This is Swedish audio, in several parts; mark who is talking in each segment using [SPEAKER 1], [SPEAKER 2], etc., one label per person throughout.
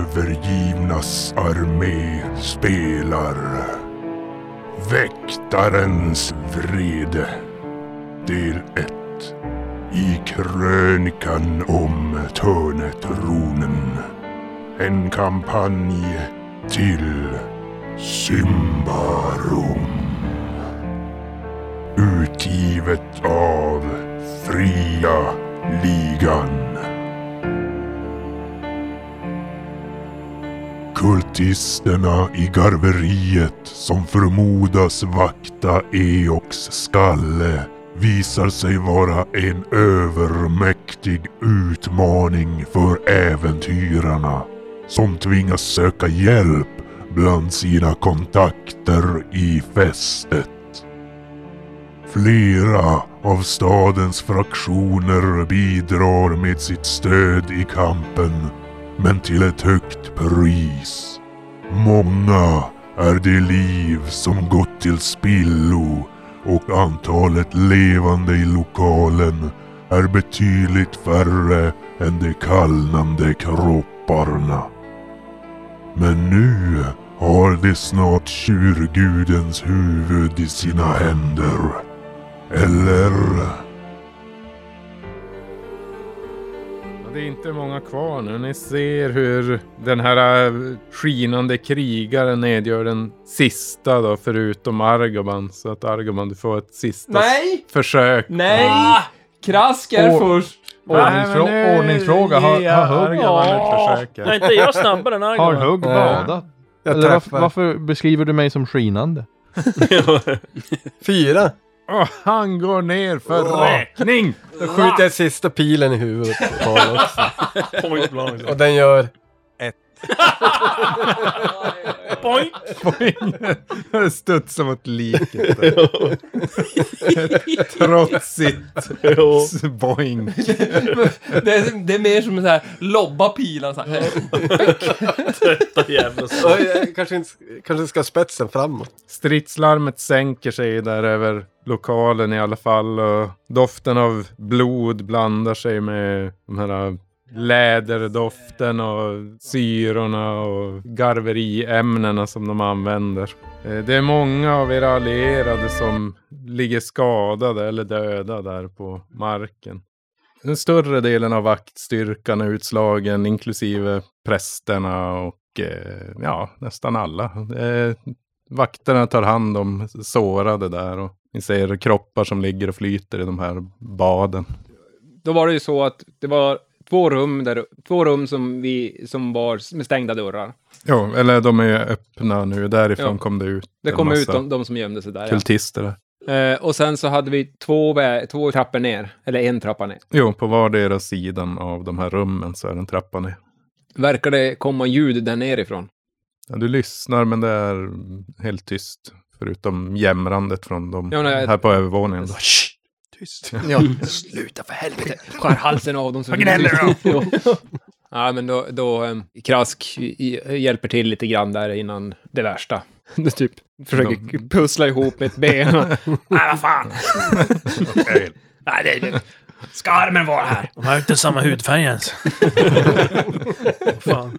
[SPEAKER 1] övergivnas armé spelar Väktarens vrede Del 1 I krönikan om Törnetronen En kampanj till Symbarum Utgivet av Fria Ligan Kultisterna i garveriet som förmodas vakta Eoks skalle visar sig vara en övermäktig utmaning för äventyrarna som tvingas söka hjälp bland sina kontakter i fästet. Flera av stadens fraktioner bidrar med sitt stöd i kampen men till ett högt pris. Många är de liv som gått till spillo och antalet levande i lokalen är betydligt färre än de kallnande kropparna. Men nu har de snart tjurgudens huvud i sina händer. Eller
[SPEAKER 2] Ja, Det är inte många kvar nu. Ni ser hur den här eh, skinande krigaren nedgör den sista då, förutom Argoban. Så att Argoban, du får ett sista
[SPEAKER 3] Nej!
[SPEAKER 2] försök.
[SPEAKER 3] Nej!
[SPEAKER 4] Ah!
[SPEAKER 3] Krask är
[SPEAKER 5] Åh.
[SPEAKER 3] först.
[SPEAKER 5] Ordningsfrå-
[SPEAKER 2] Nej, men nu
[SPEAKER 5] ordningsfråga. Har,
[SPEAKER 2] ger
[SPEAKER 5] har, hugg,
[SPEAKER 2] Argoban
[SPEAKER 3] Åh.
[SPEAKER 2] ett
[SPEAKER 6] Nej,
[SPEAKER 2] försök.
[SPEAKER 6] inte jag snabbare än
[SPEAKER 5] har
[SPEAKER 6] Argoban.
[SPEAKER 5] hugg badat?
[SPEAKER 7] Jag
[SPEAKER 5] Eller varför,
[SPEAKER 7] träffar.
[SPEAKER 5] varför beskriver du mig som skinande?
[SPEAKER 7] Fyra.
[SPEAKER 2] Och han går ner för
[SPEAKER 7] Åh.
[SPEAKER 2] räkning!
[SPEAKER 7] Då skjuter jag sista pilen i huvudet på honom också.
[SPEAKER 6] Point blank.
[SPEAKER 7] Och den gör...
[SPEAKER 6] Point.
[SPEAKER 2] Poängen studsar mot liket. Ett Trotsigt boing.
[SPEAKER 3] Det är, det är mer som en sån här lobba pilan så här.
[SPEAKER 6] Detta jävla så.
[SPEAKER 7] Oj, jag kanske, inte, kanske ska ha spetsen framåt.
[SPEAKER 2] Stridslarmet sänker sig där över lokalen i alla fall. Och doften av blod blandar sig med de här äh, läderdoften och syrorna och garveriämnena som de använder. Eh, Det är många av era allierade som ligger skadade eller döda där på marken. Den större delen av vaktstyrkan är utslagen, inklusive prästerna och eh, ja, nästan alla. Eh, Vakterna tar hand om sårade där och ni ser kroppar som ligger och flyter i de här baden.
[SPEAKER 4] då var det ju så att det var två rum, där, två rum som, vi, som var med stängda dörrar.
[SPEAKER 2] Jo, eller de är öppna nu. Därifrån
[SPEAKER 4] Ja.
[SPEAKER 2] kom det ut
[SPEAKER 4] Det
[SPEAKER 2] en
[SPEAKER 4] kom ut
[SPEAKER 2] massa
[SPEAKER 4] de, de som gömde sig där. Ja.
[SPEAKER 2] kultister. Där.
[SPEAKER 4] Eh, och sen så hade vi två, vä- två trappor ner, eller en trappa ner.
[SPEAKER 2] Jo, på vardera sidan av de här rummen så är den trappa ner.
[SPEAKER 4] Verkar det komma ljud där nerifrån?
[SPEAKER 2] Ja, du lyssnar, men det är helt tyst. Förutom jämrandet från de
[SPEAKER 4] Ja, nej,
[SPEAKER 2] här på övervåningen.
[SPEAKER 7] Tyst.
[SPEAKER 4] Mm. Sluta för helvete! Skär halsen av dem. Vad gnäller du Ja, men då, då eh, Krask i- i- hjälper till lite grann där innan det värsta. Det typ försöker
[SPEAKER 2] De-
[SPEAKER 4] pussla ihop ett ben. och-
[SPEAKER 6] Nej, vad fan.
[SPEAKER 2] Okej.
[SPEAKER 6] Nej, det är... Ska armen vara här? De har inte samma hudfärg ens. fan.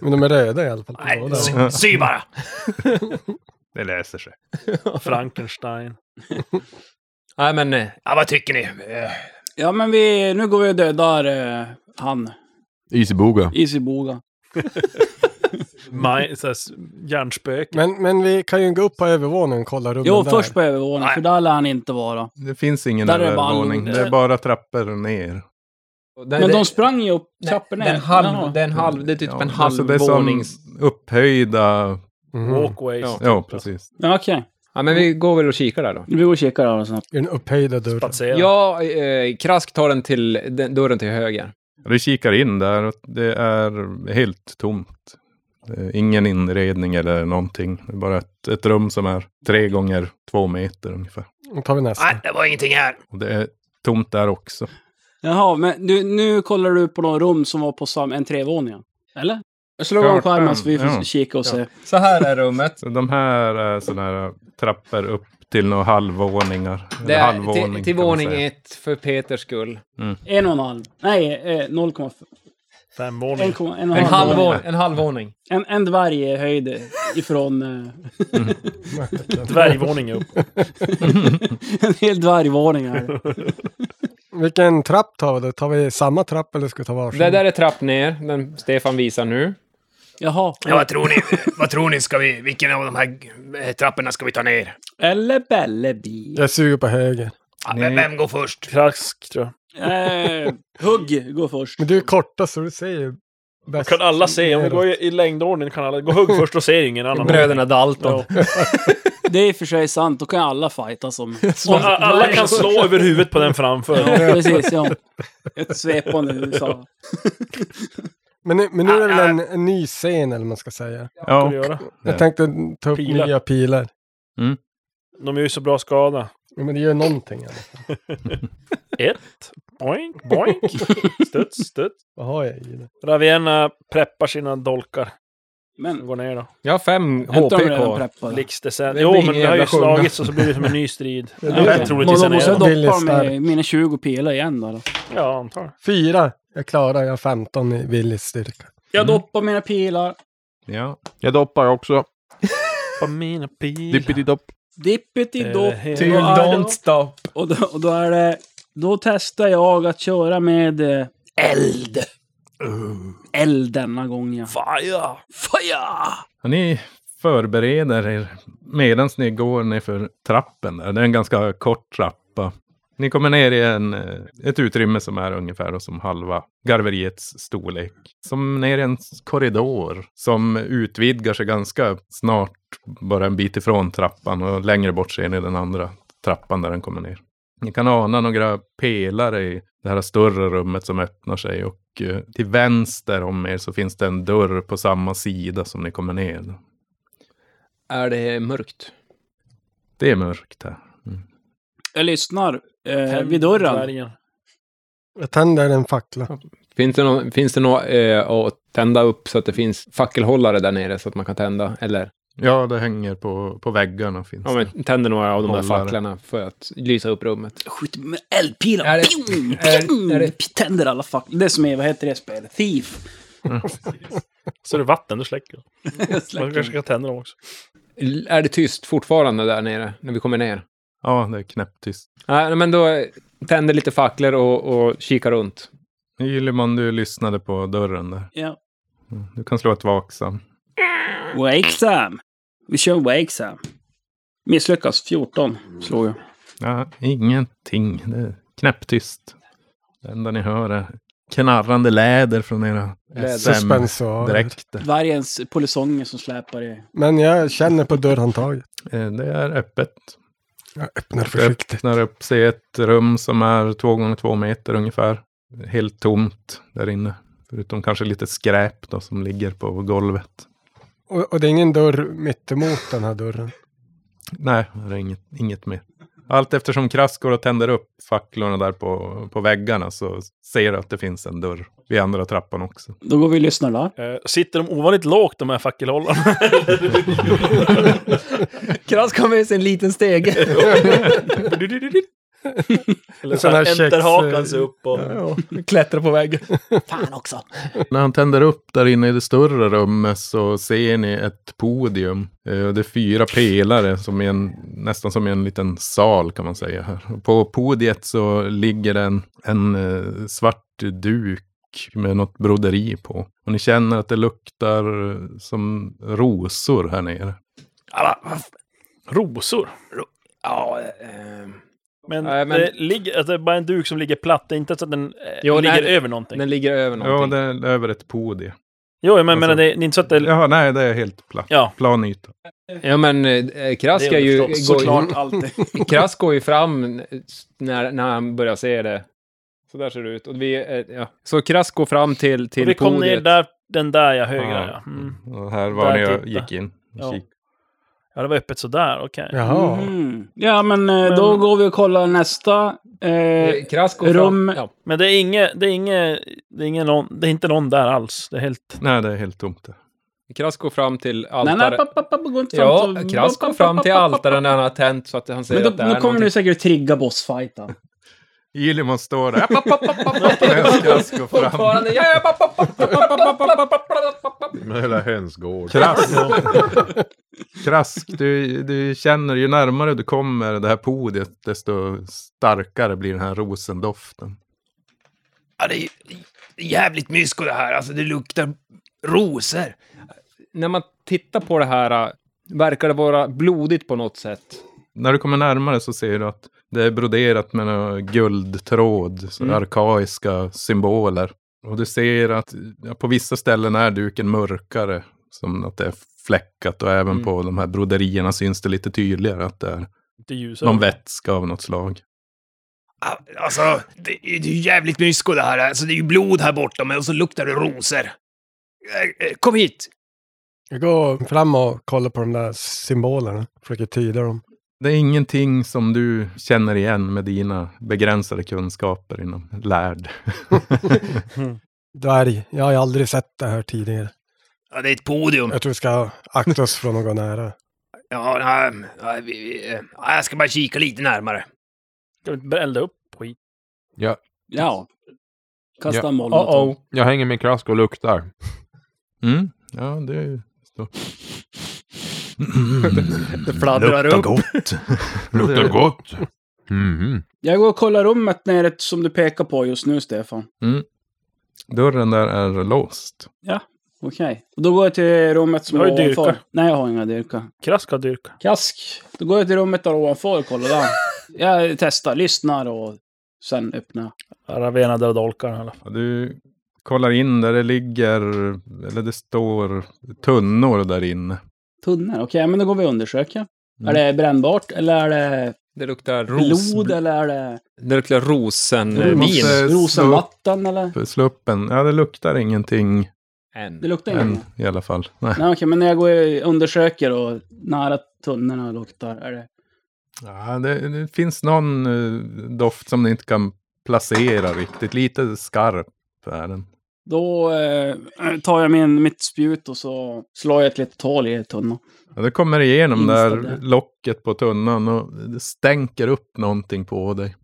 [SPEAKER 7] Men de är röda i alla fall. Ja,
[SPEAKER 6] Nej,
[SPEAKER 7] där.
[SPEAKER 6] sy, sy bara.
[SPEAKER 2] Det läser sig.
[SPEAKER 8] Frankenstein.
[SPEAKER 4] Nej, men eh,
[SPEAKER 6] Ja, vad tycker ni?
[SPEAKER 9] Ja, men vi, nu går vi och dödar eh, han,
[SPEAKER 5] Isiboga.
[SPEAKER 9] Isiboga.
[SPEAKER 8] Maj, så här, s- hjärnspöke.
[SPEAKER 7] Men, men vi kan ju gå upp på övervåningen och kolla rummen
[SPEAKER 9] Jo,
[SPEAKER 7] där.
[SPEAKER 9] först på övervåningen,
[SPEAKER 6] Nej.
[SPEAKER 9] för där lär han inte vara.
[SPEAKER 2] Det finns ingen
[SPEAKER 9] Där är bara
[SPEAKER 2] övervåning.
[SPEAKER 9] all-
[SPEAKER 2] Det är bara trappor ner.
[SPEAKER 4] Den,
[SPEAKER 9] Men
[SPEAKER 4] den-
[SPEAKER 9] de sprang ju upp
[SPEAKER 4] nej,
[SPEAKER 9] trappor ner.
[SPEAKER 4] Den halv,
[SPEAKER 9] Jaha.
[SPEAKER 4] den halv, det är typ en halv
[SPEAKER 2] alltså det är som
[SPEAKER 4] vånings...
[SPEAKER 2] upphöjda...
[SPEAKER 6] Mm.
[SPEAKER 7] Mhm.
[SPEAKER 8] Walkways.
[SPEAKER 4] Ja.
[SPEAKER 2] Ja, precis.
[SPEAKER 9] Ja, okej.
[SPEAKER 4] Ja, men vi går väl och kikar där då.
[SPEAKER 9] Vi går och kikar där och snabbt.
[SPEAKER 7] I den upphöjda dörren.
[SPEAKER 8] Spatsera.
[SPEAKER 4] Ja, eh, Krask tar den till den, dörren till höger.
[SPEAKER 2] Du kikar in där och det är helt tomt. Det är Ingen inredning eller någonting. Det är bara ett, ett rum som är tre gånger två meter ungefär.
[SPEAKER 7] Då tar vi nästa.
[SPEAKER 6] Nej, det var ingenting här.
[SPEAKER 2] Och det är tomt där också.
[SPEAKER 9] Jaha, men du, nu kollar du på de rum som var på sam, en trevåning. Eller? Jag slår igång
[SPEAKER 2] Kartan,
[SPEAKER 9] skärmen så vi får
[SPEAKER 2] ja.
[SPEAKER 9] kika och se.
[SPEAKER 4] Så här är rummet.
[SPEAKER 2] Så de här är sådana här trappor upp till några halvvåningar.
[SPEAKER 4] Det
[SPEAKER 2] Eller
[SPEAKER 4] är
[SPEAKER 2] halvvåning,
[SPEAKER 4] till, till
[SPEAKER 2] kan man
[SPEAKER 4] våning
[SPEAKER 2] säga.
[SPEAKER 4] ett för Peters skull.
[SPEAKER 9] En och en halv. Nej, eh, 0,5.
[SPEAKER 8] Fem
[SPEAKER 9] En,
[SPEAKER 8] våningar.
[SPEAKER 9] kom- en, och
[SPEAKER 4] En
[SPEAKER 9] en
[SPEAKER 4] halv,
[SPEAKER 9] halv våning.
[SPEAKER 4] våning- en halv våning.
[SPEAKER 9] En, en dvärg i höjd ifrån... eh,
[SPEAKER 8] Dvärgvåning upp.
[SPEAKER 9] en hel dvärgvåning här.
[SPEAKER 7] Vilken trapp tar vi då? Tar vi samma trapp eller ska vi ta varsin?
[SPEAKER 4] Det där är trapp ner, den Stefan visar nu.
[SPEAKER 9] Jaha.
[SPEAKER 6] Ja, vad tror ni? Vad tror ni? Ska vi, vilken av de här eh, trapporna ska vi ta ner?
[SPEAKER 9] Eller Bellebi.
[SPEAKER 7] Jag suger på höger.
[SPEAKER 6] Ja, vem, vem går först?
[SPEAKER 8] Krask, tror jag.
[SPEAKER 9] Eh, hugg går först.
[SPEAKER 7] Men du är kortast så du säger ju bäst.
[SPEAKER 8] Kan alla se? Om vi går i, i längdordning kan alla... Gå hugg först och ser ingen annan.
[SPEAKER 4] Bröderna Dalton.
[SPEAKER 9] Det är i och för sig sant, då kan ju alla fighta som...
[SPEAKER 8] Och a- alla kan slå över huvudet på den
[SPEAKER 9] Ja,
[SPEAKER 8] framför.
[SPEAKER 9] precis. Ja. Ett svepande USA.
[SPEAKER 7] Men nu, men nu är det väl en, en ny scen eller vad man ska säga.
[SPEAKER 8] Ska
[SPEAKER 2] Ja.
[SPEAKER 8] vi göra.
[SPEAKER 7] Jag tänkte ta upp
[SPEAKER 8] Pilar.
[SPEAKER 7] nya pilar.
[SPEAKER 8] De gör ju så bra skada.
[SPEAKER 7] Jo, men det gör någonting. i alla fall.
[SPEAKER 8] Ett. Boink, boink. Studs, studs.
[SPEAKER 7] Vad har jag i det?
[SPEAKER 8] Ravenna preppar sina dolkar.
[SPEAKER 9] Men...
[SPEAKER 8] Går ner då.
[SPEAKER 4] Jag har fem
[SPEAKER 9] Är inte
[SPEAKER 4] HP
[SPEAKER 9] de redan
[SPEAKER 4] kvar.
[SPEAKER 9] preppade?
[SPEAKER 7] Liksom-
[SPEAKER 8] Blixtdescent.
[SPEAKER 4] Det
[SPEAKER 8] Jo,
[SPEAKER 4] blir
[SPEAKER 8] men
[SPEAKER 4] ingen
[SPEAKER 8] det har ju
[SPEAKER 4] jävla sjunga.
[SPEAKER 8] slagits och så blir det som en ny strid.
[SPEAKER 7] Ja,
[SPEAKER 8] Det är
[SPEAKER 9] Okej.
[SPEAKER 8] troligtvis
[SPEAKER 9] Men
[SPEAKER 8] en
[SPEAKER 9] då måste
[SPEAKER 7] Liksom-
[SPEAKER 8] elva.
[SPEAKER 9] jag
[SPEAKER 7] Billy
[SPEAKER 9] doppa
[SPEAKER 7] Stark.
[SPEAKER 9] med mina 20 pilar igen då. då.
[SPEAKER 8] Ja, antar jag.
[SPEAKER 7] Fyra. Jag klarar, jag har 15 i Willys styrka.
[SPEAKER 9] Jag doppar mina pilar.
[SPEAKER 2] Ja.
[SPEAKER 5] Jag doppar också.
[SPEAKER 8] På mina pilar.
[SPEAKER 5] Dippity-dopp.
[SPEAKER 9] Dippity dopp.
[SPEAKER 8] Eh,
[SPEAKER 9] Till don't
[SPEAKER 4] stop.
[SPEAKER 9] Och då, och då är det... Då testar jag att köra med eh, eld. Eld denna gång ja.
[SPEAKER 8] Fire!
[SPEAKER 9] Fire!
[SPEAKER 2] Och Ni förbereder er medan ni går ner för trappen. Där. Det är en ganska kort trappa. Ni kommer ner i en, eh, ett utrymme som är ungefär som halva garveriets storlek. Som ner i en korridor som utvidgar sig ganska snart. Bara en bit ifrån trappan och längre bort ser ni den andra trappan där den kommer ner. Ni kan ana några pelare i det här större rummet som öppnar sig och eh, till vänster om er så finns det en dörr på samma sida som ni kommer ner.
[SPEAKER 4] Är det mörkt?
[SPEAKER 2] Det är mörkt här.
[SPEAKER 9] Jag lyssnar eh, vid dörren.
[SPEAKER 8] Dvärgen.
[SPEAKER 7] Jag tänder en fackla.
[SPEAKER 4] Finns det något finns det nå, eh, att tända upp så att det finns fackelhållare där nere så att man kan tända? Eller?
[SPEAKER 2] Ja, det hänger på, på väggarna finns
[SPEAKER 4] Ja,
[SPEAKER 2] det.
[SPEAKER 4] men tänder några av de där
[SPEAKER 2] Hållare.
[SPEAKER 4] facklarna för att lysa upp rummet.
[SPEAKER 9] Jag skjuter med eldpilar.
[SPEAKER 4] Är det-
[SPEAKER 9] Pjong,
[SPEAKER 4] är-
[SPEAKER 9] pjong.
[SPEAKER 4] är det-
[SPEAKER 9] Tänder alla fuck. Det som är, vad heter det spelet? Thief.
[SPEAKER 8] Så är det vatten, du släcker.
[SPEAKER 9] Jag
[SPEAKER 8] Man
[SPEAKER 9] släcker.
[SPEAKER 8] kanske ska tända dem också.
[SPEAKER 4] L- Är det tyst fortfarande där nere när vi kommer ner?
[SPEAKER 2] Ja, det är knäpptyst.
[SPEAKER 4] Nej, men då eh, tänder lite facklor och, och kikar runt.
[SPEAKER 2] Yleman, du lyssnade på dörren där.
[SPEAKER 9] Ja.
[SPEAKER 2] Mm, Du kan slå ett vaksam.
[SPEAKER 9] Wake Sam. Vi kör Wake Sam. Misslyckas. 14 slår jag.
[SPEAKER 2] Ja, ingenting. Det är knäpptyst. Det enda ni hör är knarrande läder från era
[SPEAKER 4] Läder.
[SPEAKER 7] Suspensoar.
[SPEAKER 2] SM-dräkter.
[SPEAKER 9] Vargens polisonger som släpar i.
[SPEAKER 7] Men jag känner på dörrhandtaget.
[SPEAKER 2] Eh, Det är öppet.
[SPEAKER 7] Jag öppnar försiktigt.
[SPEAKER 2] öppnar upp sig ett rum som är två gånger två meter ungefär. Helt tomt där inne. Förutom kanske lite skräp då som ligger på golvet.
[SPEAKER 7] Och, och det är ingen dörr mittemot den här dörren.
[SPEAKER 2] Nej, det är inget, inget mer. Allt eftersom Krask går och tänder upp facklorna där på, på väggarna så ser du att det finns en dörr vid andra trappan också.
[SPEAKER 9] Då går vi och lyssnar där.
[SPEAKER 8] Eh, Sitter de ovanligt lågt, de här fackelhållarna?
[SPEAKER 4] Krask har med sig en liten stege.
[SPEAKER 8] Eller så
[SPEAKER 7] Sån här
[SPEAKER 8] här,
[SPEAKER 7] kex,
[SPEAKER 8] enterhakan
[SPEAKER 7] eh,
[SPEAKER 8] sig upp och...
[SPEAKER 4] Klättrar på väggen.
[SPEAKER 9] Fan också.
[SPEAKER 2] När han tänder upp där inne i det större rummet så ser ni ett podium. Eh, och Det är fyra pelare, som i en, nästan som i en liten sal kan man säga. här. Och På podiet så ligger det en, en eh, svart duk med något broderi på. Och ni känner att det luktar eh, som rosor här nere.
[SPEAKER 8] Alla, rosor.
[SPEAKER 4] Ja, eh,
[SPEAKER 8] Ehm, Men,
[SPEAKER 4] Nej, men-
[SPEAKER 8] Det, ligger, alltså, det är bara en duk som ligger platt. Det är inte så att den eh,
[SPEAKER 4] Jo,
[SPEAKER 8] ligger
[SPEAKER 4] nej,
[SPEAKER 8] över någonting.
[SPEAKER 4] den ligger över
[SPEAKER 2] Ja,
[SPEAKER 4] någonting.
[SPEAKER 2] det är över ett podie.
[SPEAKER 8] jo, men, men
[SPEAKER 2] Alltså-
[SPEAKER 8] det, det är inte så att det... Ja.
[SPEAKER 2] Ja, nej, det är helt platt.
[SPEAKER 8] ja.
[SPEAKER 2] Plan yta.
[SPEAKER 4] Ja, men eh, Krask,
[SPEAKER 8] Det
[SPEAKER 4] är
[SPEAKER 8] är
[SPEAKER 4] ju,
[SPEAKER 8] underförstått,
[SPEAKER 4] går,
[SPEAKER 9] Såklart alltid.
[SPEAKER 4] ju- Krask går ju fram när, när han börjar se det. Så där ser det ut. Och vi, eh, ja. Så Krask går fram till, till
[SPEAKER 8] Vi kom ner
[SPEAKER 4] podiet.
[SPEAKER 8] där, den där ja, högra ja. Mm.
[SPEAKER 2] Och här var
[SPEAKER 8] Där
[SPEAKER 2] när jag
[SPEAKER 8] titta.
[SPEAKER 2] gick in. och
[SPEAKER 8] Ja.
[SPEAKER 2] kik-
[SPEAKER 8] Ja, det var öppet sådär, okej.
[SPEAKER 7] Jaha.
[SPEAKER 4] Mm.
[SPEAKER 9] Mhm. Ja, men, eh, då går vi och kollar nästa. Eh,
[SPEAKER 4] Eh, Krask går
[SPEAKER 9] Rum-
[SPEAKER 4] fram. Ja.
[SPEAKER 8] Men det är inget, det är inget, det är ingen någon, det är inte någon där alls. Det är helt...
[SPEAKER 2] Nej, det är helt tomt. där.
[SPEAKER 4] Krask går fram till
[SPEAKER 9] nej,
[SPEAKER 4] altaret.
[SPEAKER 9] nej, papp, papp, papp, gå inte fram
[SPEAKER 4] Ja,
[SPEAKER 9] till-
[SPEAKER 4] Krask
[SPEAKER 9] papp,
[SPEAKER 4] kom
[SPEAKER 9] papp,
[SPEAKER 4] fram
[SPEAKER 9] papp,
[SPEAKER 4] till
[SPEAKER 9] papp, papp.
[SPEAKER 4] altaren när han har tänt så att han säger
[SPEAKER 9] Men då,
[SPEAKER 4] att det är
[SPEAKER 9] då kommer du
[SPEAKER 4] någonting.
[SPEAKER 9] säkert att trigga bossfighten.
[SPEAKER 2] Ilimon står där. App, app, app, app, app, app, med Krask går fram.
[SPEAKER 3] Fortfarande, ja, ja, papp, papp, papp, papp, papp, papp, papp, papp, papp, papp, papp.
[SPEAKER 5] Med hela hönsgård.
[SPEAKER 2] Krask. Krask, du, du känner ju närmare du kommer det här podiet desto starkare blir den här rosendoften.
[SPEAKER 6] Ja, det är jävligt mysko det här. Alltså, det luktar rosor.
[SPEAKER 4] När man tittar på det här, äh, verkar det vara blodigt på något sätt?
[SPEAKER 2] När du kommer närmare så ser du att det är broderat med någon guldtråd, så arkaiska symboler. Och du ser att ja, på vissa ställen är duken mörkare, som att det är fläckat. Och även på de här broderierna syns det lite tydligare att det är
[SPEAKER 8] Inte ljusare.
[SPEAKER 2] någon vätska av något slag.
[SPEAKER 6] Ja, Alltså, det är det är jävligt mysko det här. Alltså, det är ju blod här borta, men och så luktar det rosor. Eh, eh, Kom hit!
[SPEAKER 7] Jag går fram och kollar på de där symbolerna. Försöker tyda dem.
[SPEAKER 2] Det är ingenting som du känner igen med dina begränsade kunskaper inom lärd.
[SPEAKER 7] Dvärg. Jag har ju aldrig sett det här tidigare.
[SPEAKER 6] Ja, det är ett podium.
[SPEAKER 7] Jag tror vi ska akta oss från att gå nära.
[SPEAKER 6] Ja, nej, nej, vi, vi, eh, ja, jag ska bara kika lite närmare.
[SPEAKER 8] Ska vi inte bara elda upp skit?
[SPEAKER 9] Ja. Kasta
[SPEAKER 5] Ja.
[SPEAKER 9] en molotov.
[SPEAKER 5] Jag hänger med krask och luktar.
[SPEAKER 2] Mm? Ja, du står...
[SPEAKER 6] Det fladdrar upp.
[SPEAKER 1] gott. Luktar gott.
[SPEAKER 5] Mhm.
[SPEAKER 9] Jag går och kollar rummet nere som du pekar på just nu, Stefan.
[SPEAKER 2] Dörren där är låst.
[SPEAKER 9] Okej. Och då går jag till rummet som
[SPEAKER 8] Har
[SPEAKER 9] är
[SPEAKER 8] du
[SPEAKER 9] ovanför.
[SPEAKER 8] dyrkar?
[SPEAKER 9] Nej, jag har inga dyrkar.
[SPEAKER 8] Krask har dyrka.
[SPEAKER 9] Kask. Då går jag till rummet där ovanför och kollar där. Jag testar, lyssnar och sen öppnar. jag.
[SPEAKER 8] Ravena döda dolkarna i alla fall.
[SPEAKER 2] Ja, Du kollar in där det ligger, eller det står tunnor där inne.
[SPEAKER 9] Tunnor? Okej, men då går vi och undersöker.
[SPEAKER 4] Mm.
[SPEAKER 9] Är det brännbart eller är det
[SPEAKER 4] Det luktar
[SPEAKER 9] blod eller är det
[SPEAKER 4] Det luktar
[SPEAKER 2] Du
[SPEAKER 4] rosenvin.
[SPEAKER 2] måste slå upp-
[SPEAKER 9] rosenvatten eller?
[SPEAKER 2] slå upp en. Ja, det luktar ingenting
[SPEAKER 9] Det
[SPEAKER 4] En.
[SPEAKER 9] luktar
[SPEAKER 2] än
[SPEAKER 9] inget.
[SPEAKER 2] i alla fall. Nej.
[SPEAKER 9] Nej, okej, men när jag går och undersöker och nära tunnorna luktar, är det...
[SPEAKER 2] Ja, det, det finns någon eh, doft som du inte kan placera riktigt. Lite skarp är den.
[SPEAKER 9] Då eh, tar jag min, mitt spjut och så slår jag ett litet hål i tunnan.
[SPEAKER 2] Ja, det kommer igenom där
[SPEAKER 9] Inställda.
[SPEAKER 2] locket på tunnan och det stänker upp någonting på dig.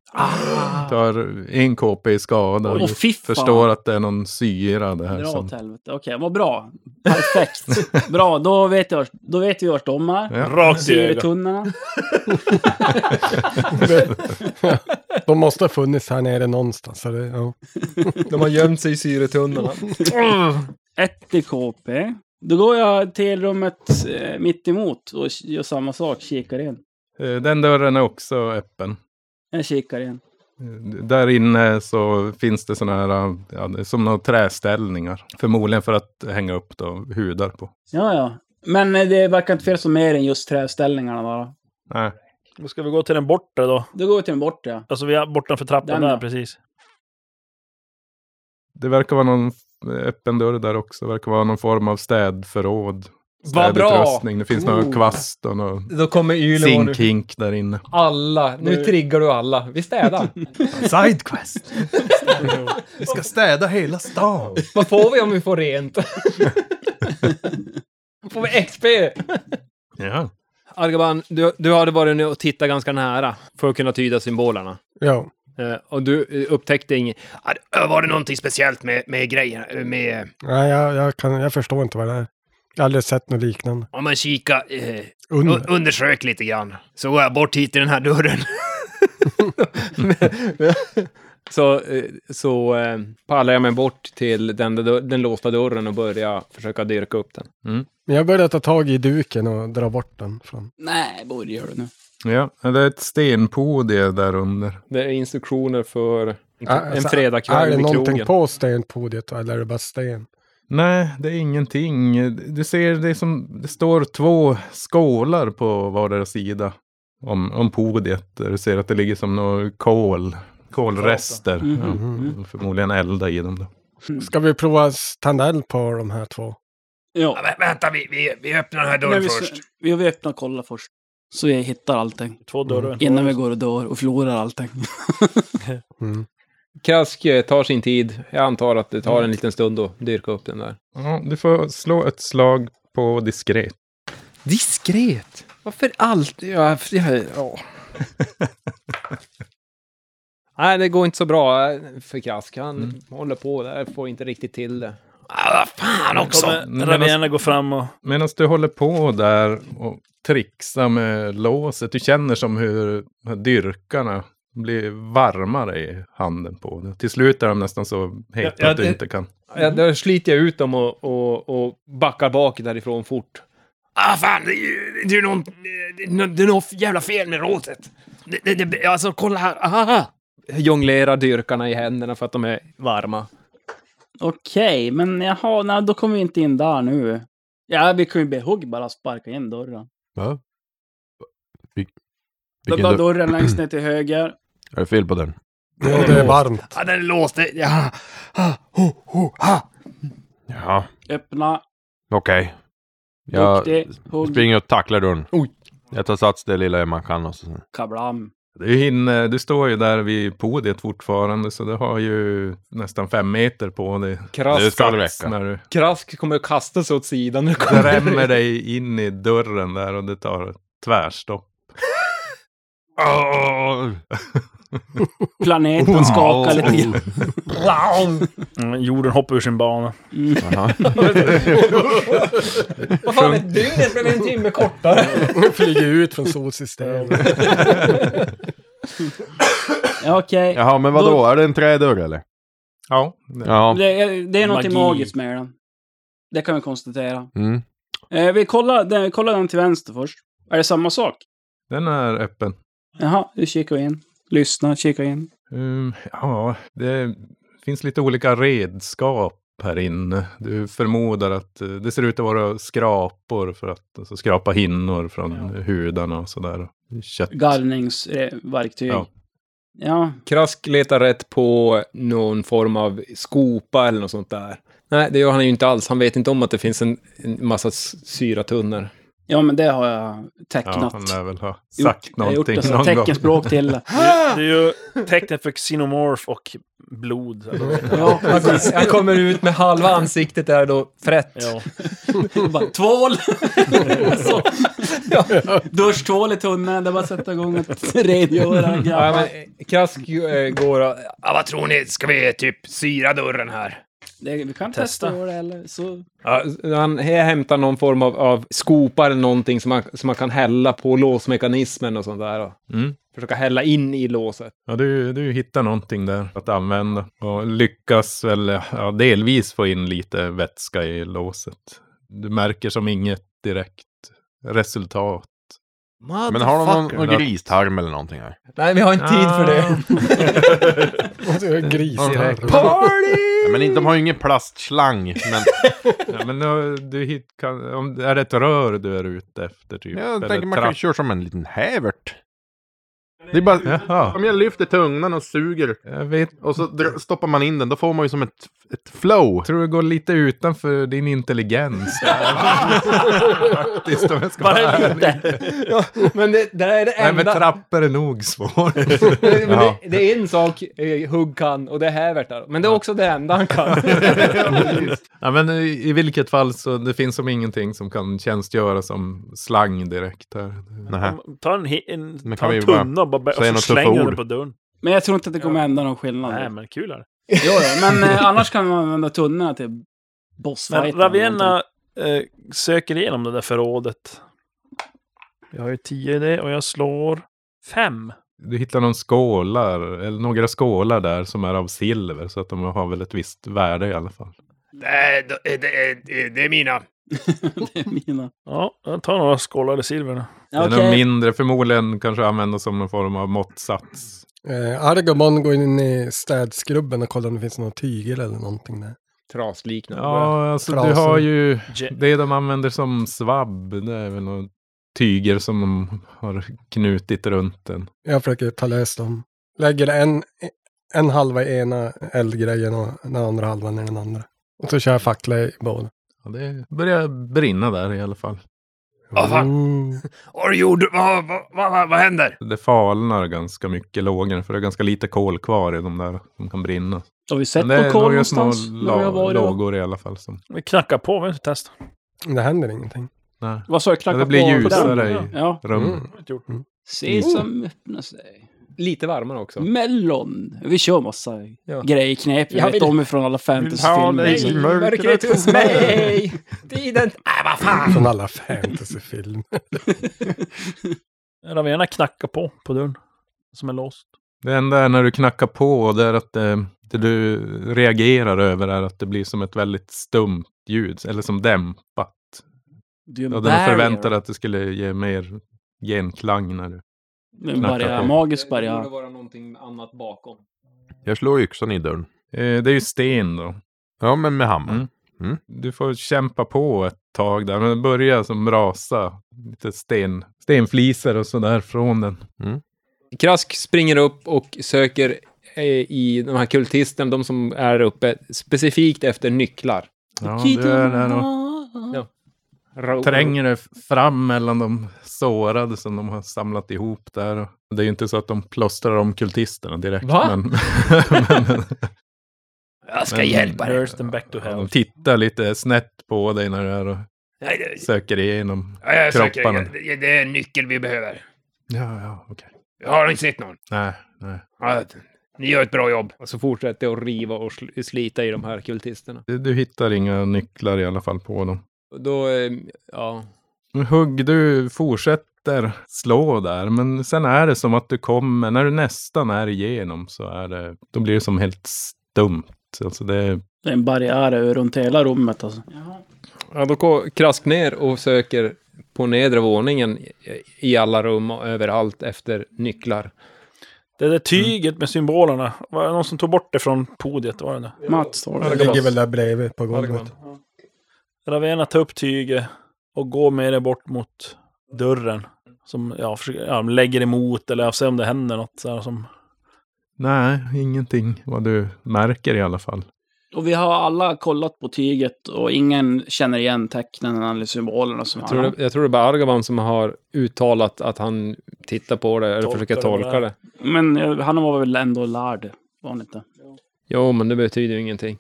[SPEAKER 2] Tar en KP i skada.
[SPEAKER 9] Åh, fy fan.
[SPEAKER 2] förstår att det är någon syra det här.
[SPEAKER 9] Dra
[SPEAKER 2] Som...
[SPEAKER 9] åt helvete. Okej, vad bra. Perfekt. bra, då vet, jag, då vet vi vart de är.
[SPEAKER 2] Ja.
[SPEAKER 8] Rakt i ögat.
[SPEAKER 9] Syretunnorna.
[SPEAKER 7] De måste ha funnits här nere någonstans. Så det, ja.
[SPEAKER 3] De har gömt sig i syretunnorna.
[SPEAKER 9] Ett i KP. Då går jag till rummet eh, mitt emot och gör samma sak, kikar in.
[SPEAKER 2] Eh, Den dörren är också öppen.
[SPEAKER 9] Jag kikar in.
[SPEAKER 2] Eh, Där inne så finns det sådana här, eh, ja, det är som några träställningar. Förmodligen för att hänga upp då, hudar på.
[SPEAKER 9] Ja, ja. Men eh, det verkar inte finnas mer än just träställningarna bara.
[SPEAKER 2] Nej.
[SPEAKER 8] Då ska vi gå till den bortre då.
[SPEAKER 9] Då går vi till den bortre.
[SPEAKER 8] Alltså vi är bortanför trappan
[SPEAKER 9] Den,
[SPEAKER 8] där,
[SPEAKER 9] ja.
[SPEAKER 8] precis.
[SPEAKER 2] Det verkar vara någon eh, öppen dörr där också. Det verkar vara någon form av städförråd.
[SPEAKER 3] Vad bra!
[SPEAKER 2] Städutrustning. Det finns några kvast och någon
[SPEAKER 3] Då kommer Ylemo nu.
[SPEAKER 2] Zinkhink där inne.
[SPEAKER 3] Alla. Nu triggar du alla. Vi städar.
[SPEAKER 2] Sidequest! Vi ska städa hela stan.
[SPEAKER 3] Vad får vi om vi får rent? får vi XP?
[SPEAKER 2] Ja.
[SPEAKER 4] Argaban, du, du hade varit nu och tittat ganska nära för att kunna tyda symbolerna.
[SPEAKER 7] ja.
[SPEAKER 4] Eh, och du eh, upptäckte inget.
[SPEAKER 6] Ja, det- Var det någonting speciellt med, med
[SPEAKER 4] eh,
[SPEAKER 6] grejerna? Med,
[SPEAKER 7] Nej, jag, jag, kan, jag förstår inte vad det är. Jag har aldrig sett något liknande.
[SPEAKER 6] om man kika, eh, un,
[SPEAKER 7] Under.
[SPEAKER 6] undersök lite grann. Så går jag bort hit till den här dörren.
[SPEAKER 4] Så, eh, så eh, pallar jag mig bort till den, där dör- den låsta dörren och börjar försöka dyrka upp den.
[SPEAKER 7] Men jag började ta tag i duken och dra bort den. Från.
[SPEAKER 9] Nej, borde göra det nu.
[SPEAKER 2] ja, det är ett stenpodie där under.
[SPEAKER 4] Det är instruktioner för en,
[SPEAKER 7] Ah,
[SPEAKER 4] en
[SPEAKER 7] alltså, Är
[SPEAKER 4] fredagkväll
[SPEAKER 7] det
[SPEAKER 4] vid
[SPEAKER 7] någonting
[SPEAKER 4] krogen.
[SPEAKER 7] på stenpodiet eller är det bara sten?
[SPEAKER 2] Nej, det är ingenting. Du ser, det, är som, det står två skålar på vardera sida om, om podiet. Där Du ser att det ligger som några kol, kolrester.
[SPEAKER 7] Mm.
[SPEAKER 2] Ja, förmodligen elda i dem. Då.
[SPEAKER 7] Mhm. Ska vi prova tandell på de här två?
[SPEAKER 6] Ja,
[SPEAKER 9] Ja.
[SPEAKER 6] vä- vänta, vi, vi, vi öppnar den här
[SPEAKER 9] Men
[SPEAKER 6] dörren
[SPEAKER 9] vi,
[SPEAKER 6] först.
[SPEAKER 9] vi, vi öppnar och kollar först. Så vi hittar allting.
[SPEAKER 8] Två dörrar. och en
[SPEAKER 9] Innan vi
[SPEAKER 8] torg.
[SPEAKER 9] går och dör och förlorar allting.
[SPEAKER 7] Mm.
[SPEAKER 4] Krask eh, tar sin tid. Jag antar att det
[SPEAKER 6] Mm.
[SPEAKER 4] tar en liten stund att dyrka upp den där.
[SPEAKER 2] Ja, du får slå ett slag på diskret.
[SPEAKER 4] Diskret? Varför allt? Ja, ja, ja. Nej, det går inte så bra eh, för Krask. Han håller på där, får inte riktigt till det.
[SPEAKER 6] Mm. Ah, vad fan också!
[SPEAKER 8] Kommer Ravena går fram och...
[SPEAKER 2] Medan du håller på där och trixar med låset, du känner som hur de här dyrkarna blir varmare i handen på det. Till slut är de nästan så heta
[SPEAKER 4] Ja, ja,
[SPEAKER 2] att du
[SPEAKER 4] det-
[SPEAKER 2] inte kan.
[SPEAKER 4] Ja, då sliter jag ut dem och, och, och backar bak därifrån fort.
[SPEAKER 6] Ah, fan, det är ju det är någon, det är någon, det är något jävla fel med råset. Det, det, det, alltså, kolla här. Aha.
[SPEAKER 4] Jonglerar dyrkarna i händerna för att de är varma.
[SPEAKER 9] Okej, men jaha, nej, då kommer vi inte in där nu. Ja, vi kan ju be Hugg bara sparka in dörren.
[SPEAKER 5] Va? Vil-
[SPEAKER 9] Då
[SPEAKER 5] vilken
[SPEAKER 9] bara
[SPEAKER 5] dörr?
[SPEAKER 9] dörren längst ner till höger.
[SPEAKER 5] Är det fel på den?
[SPEAKER 7] Ja, det är varmt.
[SPEAKER 6] Ah, den är låst. Det- Ja. Ah, ho, ho, ha.
[SPEAKER 5] Ja,
[SPEAKER 9] Öppna.
[SPEAKER 5] okej. Jag
[SPEAKER 9] Duktig. Hugg.
[SPEAKER 5] springer och tacklar dörren.
[SPEAKER 9] Oj.
[SPEAKER 5] Jag tar sats det lilla man kan och så.
[SPEAKER 9] Kablam.
[SPEAKER 2] Du, hinner, du står ju där vid podiet fortfarande så du har ju nästan fem meter på dig.
[SPEAKER 5] Det
[SPEAKER 4] Krask,
[SPEAKER 5] ska det
[SPEAKER 2] Strax
[SPEAKER 5] räcka.
[SPEAKER 2] När du
[SPEAKER 4] krask kommer att kasta sig åt sidan. när det kommer.
[SPEAKER 2] drämmer dig in i dörren där och det tar tvärstopp.
[SPEAKER 5] Åh!
[SPEAKER 9] Planeten skakar lite grann.
[SPEAKER 8] Mm, jorden hoppar ur sin bana.
[SPEAKER 9] Mm.
[SPEAKER 5] Jaha.
[SPEAKER 3] Vad fan, ett dygnet blev en timme kortare.
[SPEAKER 7] Nu flyger ut från solsystemet.
[SPEAKER 9] Ja, Okej.
[SPEAKER 5] Jaha, men vadå? Är det en trädörr eller?
[SPEAKER 2] Ja,
[SPEAKER 5] Ja.
[SPEAKER 9] Det, är- det är någonting
[SPEAKER 8] Magi.
[SPEAKER 9] magiskt med den. Det kan vi konstatera.
[SPEAKER 5] Mm.
[SPEAKER 9] Eh, vi kollar den, kollar den till vänster först. Är det samma sak?
[SPEAKER 2] den är öppen.
[SPEAKER 9] Jaha, nu kikar vi in. Lyssna, kika in.
[SPEAKER 2] Um, ja, det finns lite olika redskap här inne. Du förmodar att eh, det ser ut att vara skrapor för att alltså, skrapa hinnor från hudarna och sådär. Kött.
[SPEAKER 9] Garvningsverktyg.
[SPEAKER 2] Ja.
[SPEAKER 9] Ja. eh, ja.
[SPEAKER 4] Krask letar rätt på någon form av skopa eller något sånt där. Nej, det gör han ju inte alls. Han vet inte om att det finns en, en massa s- syratunnor.
[SPEAKER 9] men det har jag
[SPEAKER 2] Ja,
[SPEAKER 9] tecknat.
[SPEAKER 2] han lär väl ha
[SPEAKER 9] Gjort-
[SPEAKER 2] sagt
[SPEAKER 9] jag har gjort
[SPEAKER 2] någonting
[SPEAKER 9] det som
[SPEAKER 2] någon gång.
[SPEAKER 9] teckenspråk till det.
[SPEAKER 8] Det är ju tecknet för xenomorph och blod. Alltså, Eller,
[SPEAKER 9] Ja,
[SPEAKER 3] Han kom- Han kommer ut med halva ansiktet där då, frätt.
[SPEAKER 8] ja.
[SPEAKER 9] bara, tvål! Så. Duschtvål i tunneln, det är bara att sätta igång och rengöra.
[SPEAKER 4] Ja,
[SPEAKER 9] grabbar.
[SPEAKER 4] men eh, Krask eh, går... och-
[SPEAKER 6] Ah, vad tror ni? Ska vi typ syra dörren här?
[SPEAKER 9] Det, vi kan testa det eller så.
[SPEAKER 4] Ja, han hämtar någon form av, av skopa eller någonting som man, som man kan hälla på låsmekanismen och sånt där. Och
[SPEAKER 2] Mm.
[SPEAKER 4] försöka hälla in i låset.
[SPEAKER 2] Ja, du, du hittar någonting där att använda och lyckas väl ja, delvis få in lite vätska i låset. Du märker som inget direkt resultat.
[SPEAKER 5] Men har de någon, någon gristarm eller någonting här?
[SPEAKER 3] Nej, vi har inte tid för det.
[SPEAKER 7] Och så är det Grisar.
[SPEAKER 4] Ah.
[SPEAKER 5] Ja, men inte- de har ju ingen plastslang. Men
[SPEAKER 2] Ja, men då, du hit, kan, om, är det ett rör du är ute efter? Typ?
[SPEAKER 5] jag
[SPEAKER 2] Eller
[SPEAKER 5] tänker man kan ju
[SPEAKER 2] trapp?
[SPEAKER 5] köra som en liten hävert. Det är bara...
[SPEAKER 2] Jaha,
[SPEAKER 5] Om jag lyfter tungan och suger
[SPEAKER 2] jag vet.
[SPEAKER 5] och så dr- stoppar man in den, då får man ju som ett, ett flow.
[SPEAKER 2] Jag tror det går lite utanför din intelligens. Faktiskt, om jag ska vara
[SPEAKER 8] Bara
[SPEAKER 2] ärlig.
[SPEAKER 8] lite.
[SPEAKER 4] Ja, men det, det är det
[SPEAKER 2] Nej, men
[SPEAKER 4] enda...
[SPEAKER 2] trappor är nog svårt.
[SPEAKER 4] Men
[SPEAKER 2] Ja.
[SPEAKER 4] det, det är en sak eh, Hugg kan och det är Hävertar. Men det är också det enda han kan.
[SPEAKER 2] Ja, men i, i vilket fall så det finns som ingenting som kan tjänstgöra som slang direkt här.
[SPEAKER 5] Nähä.
[SPEAKER 8] Ta en, he- en,
[SPEAKER 5] Men
[SPEAKER 8] ta
[SPEAKER 5] kan
[SPEAKER 8] en
[SPEAKER 5] vi bara
[SPEAKER 8] tunna och, bara, bä-
[SPEAKER 5] säga
[SPEAKER 8] och
[SPEAKER 5] något
[SPEAKER 8] så
[SPEAKER 5] tuffa
[SPEAKER 8] slänger den
[SPEAKER 5] ord?
[SPEAKER 8] på dörren.
[SPEAKER 9] Men jag tror inte att det kommer hända någon skillnad.
[SPEAKER 8] Nej, men kul är det.
[SPEAKER 9] Jo, jo, men eh, annars kan man använda tunnorna till bossfighter.
[SPEAKER 8] Men Ravenna eh, söker igenom det där förrådet. Jag har ju tio i det och jag slår fem.
[SPEAKER 2] Du hittar någon skålar, eller några skålar där som är av silver så att de har väl ett visst värde i alla fall.
[SPEAKER 6] Det är, det, är, det är mina.
[SPEAKER 9] det är mina.
[SPEAKER 8] Ja, jag tar några skålar i silver.
[SPEAKER 9] Ja,
[SPEAKER 2] Det är nog
[SPEAKER 9] Okej,
[SPEAKER 2] mindre, förmodligen kanske användas som en form av måttsats.
[SPEAKER 7] Eh, Argomon går in i städskrubben och kollar om det finns någon tygel eller någonting där.
[SPEAKER 4] Trasliknande.
[SPEAKER 2] Ja, alltså du
[SPEAKER 7] frasen.
[SPEAKER 2] har ju
[SPEAKER 8] Je-
[SPEAKER 2] det de använder som svabb. Det är väl några tyger som de har knutit runt den.
[SPEAKER 7] Jag försöker ta lös dem. Lägger en, en halva i ena eldgrejen och den andra halvan i den andra. Och så kör jag fackla i båda.
[SPEAKER 2] Ja, det börjar brinna där i alla fall.
[SPEAKER 6] Vad fan?
[SPEAKER 7] Ooh.
[SPEAKER 6] Har du gjort... Vad, vad, vad, vad, vad händer?
[SPEAKER 2] Det falnar ganska mycket lågor för det är ganska lite kol kvar i de där som kan brinna.
[SPEAKER 9] har vi sett
[SPEAKER 2] Men det är
[SPEAKER 9] någon koll
[SPEAKER 2] några små
[SPEAKER 9] någonstans? När vi har
[SPEAKER 2] la-
[SPEAKER 9] varit och-
[SPEAKER 2] lågor i alla fall. Som,
[SPEAKER 8] Vi knackar på, vi har inte testat.
[SPEAKER 7] Men Det händer ingenting.
[SPEAKER 2] nej.
[SPEAKER 9] Vad sa du?
[SPEAKER 2] Ja,
[SPEAKER 9] Knacka
[SPEAKER 2] det blir
[SPEAKER 9] på den?
[SPEAKER 2] ljusare i
[SPEAKER 9] Ja.
[SPEAKER 2] rummet.
[SPEAKER 7] Mm.
[SPEAKER 9] Se som öppnar sig.
[SPEAKER 4] lite varmare också.
[SPEAKER 9] Mellon. Vi kör massa
[SPEAKER 4] Ja.
[SPEAKER 9] grejer, knep vi
[SPEAKER 4] Jag
[SPEAKER 9] vet
[SPEAKER 4] vill-
[SPEAKER 9] om ifrån alla
[SPEAKER 4] Nej,
[SPEAKER 9] fantasyfilmer.
[SPEAKER 4] mörkret hos mig! Tiden... Nej, vad fan!
[SPEAKER 7] Från alla fantasyfilmer.
[SPEAKER 8] Ravena knackar på, på dörren. Som är låst.
[SPEAKER 2] Det enda är när du knackar på, det är att det, det du reagerar över är att det blir som ett väldigt stumt ljud, eller som dämpat.
[SPEAKER 9] Du är en
[SPEAKER 2] Jag hade nog
[SPEAKER 9] barrier.
[SPEAKER 2] förväntat dig att det skulle ge mer genklang när du...
[SPEAKER 9] Det är en
[SPEAKER 2] knackar
[SPEAKER 9] barriär,
[SPEAKER 2] på.
[SPEAKER 9] magisk
[SPEAKER 4] Det borde
[SPEAKER 9] barriär.
[SPEAKER 4] vara någonting annat bakom.
[SPEAKER 5] Jag slår yxan i dörren.
[SPEAKER 2] Eh, det är ju sten då.
[SPEAKER 5] Ja, men med hammaren.
[SPEAKER 2] Mm. Du får kämpa på ett tag där, men börja som rasa. Lite sten, stenflisor och sådär från den.
[SPEAKER 4] Krask springer upp och söker eh, i de här kultisterna, de som är uppe, specifikt efter nycklar.
[SPEAKER 2] Ja, du är där och tränger dig fram mellan de sårade som de har samlat ihop där. Det är ju inte så att de plåstrar om kultisterna direkt.
[SPEAKER 4] Va?
[SPEAKER 2] Men, men,
[SPEAKER 6] Jag ska
[SPEAKER 2] Men-
[SPEAKER 6] hjälpa dig.
[SPEAKER 8] Burst and back to
[SPEAKER 2] ja, de
[SPEAKER 8] hell.
[SPEAKER 2] tittar lite snett på dig när du är och
[SPEAKER 6] Nej, det-
[SPEAKER 2] söker igenom.
[SPEAKER 6] Ja, jag söker.
[SPEAKER 2] Kropparna.
[SPEAKER 6] Det- Det är en nyckel vi behöver.
[SPEAKER 2] Ja, ja, okej.
[SPEAKER 6] Jag har inte sett någon.
[SPEAKER 2] Nej, nej.
[SPEAKER 6] Ja, ni gör ett bra jobb.
[SPEAKER 4] Och så fortsätter jag att riva och sl- slita i de här kultisterna.
[SPEAKER 2] Du, du hittar inga nycklar i alla fall på dem.
[SPEAKER 4] Och Då, eh, ja...
[SPEAKER 2] Hugg, du fortsätter slå där, men sen är det som att du kommer, när du nästan är igenom så är det, då blir det som helt stumt. Alltså det,
[SPEAKER 9] Det är en barriär runt hela rummet alltså.
[SPEAKER 4] Ja, då går Krask ner och söker på nedre våningen i- i alla rum och överallt efter nycklar.
[SPEAKER 8] Det där tyget med symbolerna. Var det någon som tog bort det från podiet? Var det det?
[SPEAKER 9] Mats tar
[SPEAKER 7] Det
[SPEAKER 9] det.
[SPEAKER 7] ligger väl där bredvid på golvet.
[SPEAKER 8] Ravena tar upp tyget och går med det bort mot dörren. Som ja, försöker, ja, de lägger emot eller jag ser om det händer något. Så här, som,
[SPEAKER 2] nej, ingenting vad du märker i alla fall.
[SPEAKER 9] Och vi har alla kollat på tyget och ingen känner igen tecknen eller symbolerna som
[SPEAKER 4] Jag tror,
[SPEAKER 9] har
[SPEAKER 4] det, jag tror det är bara Argavan som har uttalat att han tittar på det eller
[SPEAKER 8] Tolkar
[SPEAKER 4] försöker
[SPEAKER 8] det
[SPEAKER 4] tolka
[SPEAKER 8] där.
[SPEAKER 4] det.
[SPEAKER 9] Men eh, han var väl ändå lärd, var han inte?
[SPEAKER 4] Jo, men det betyder ju ingenting.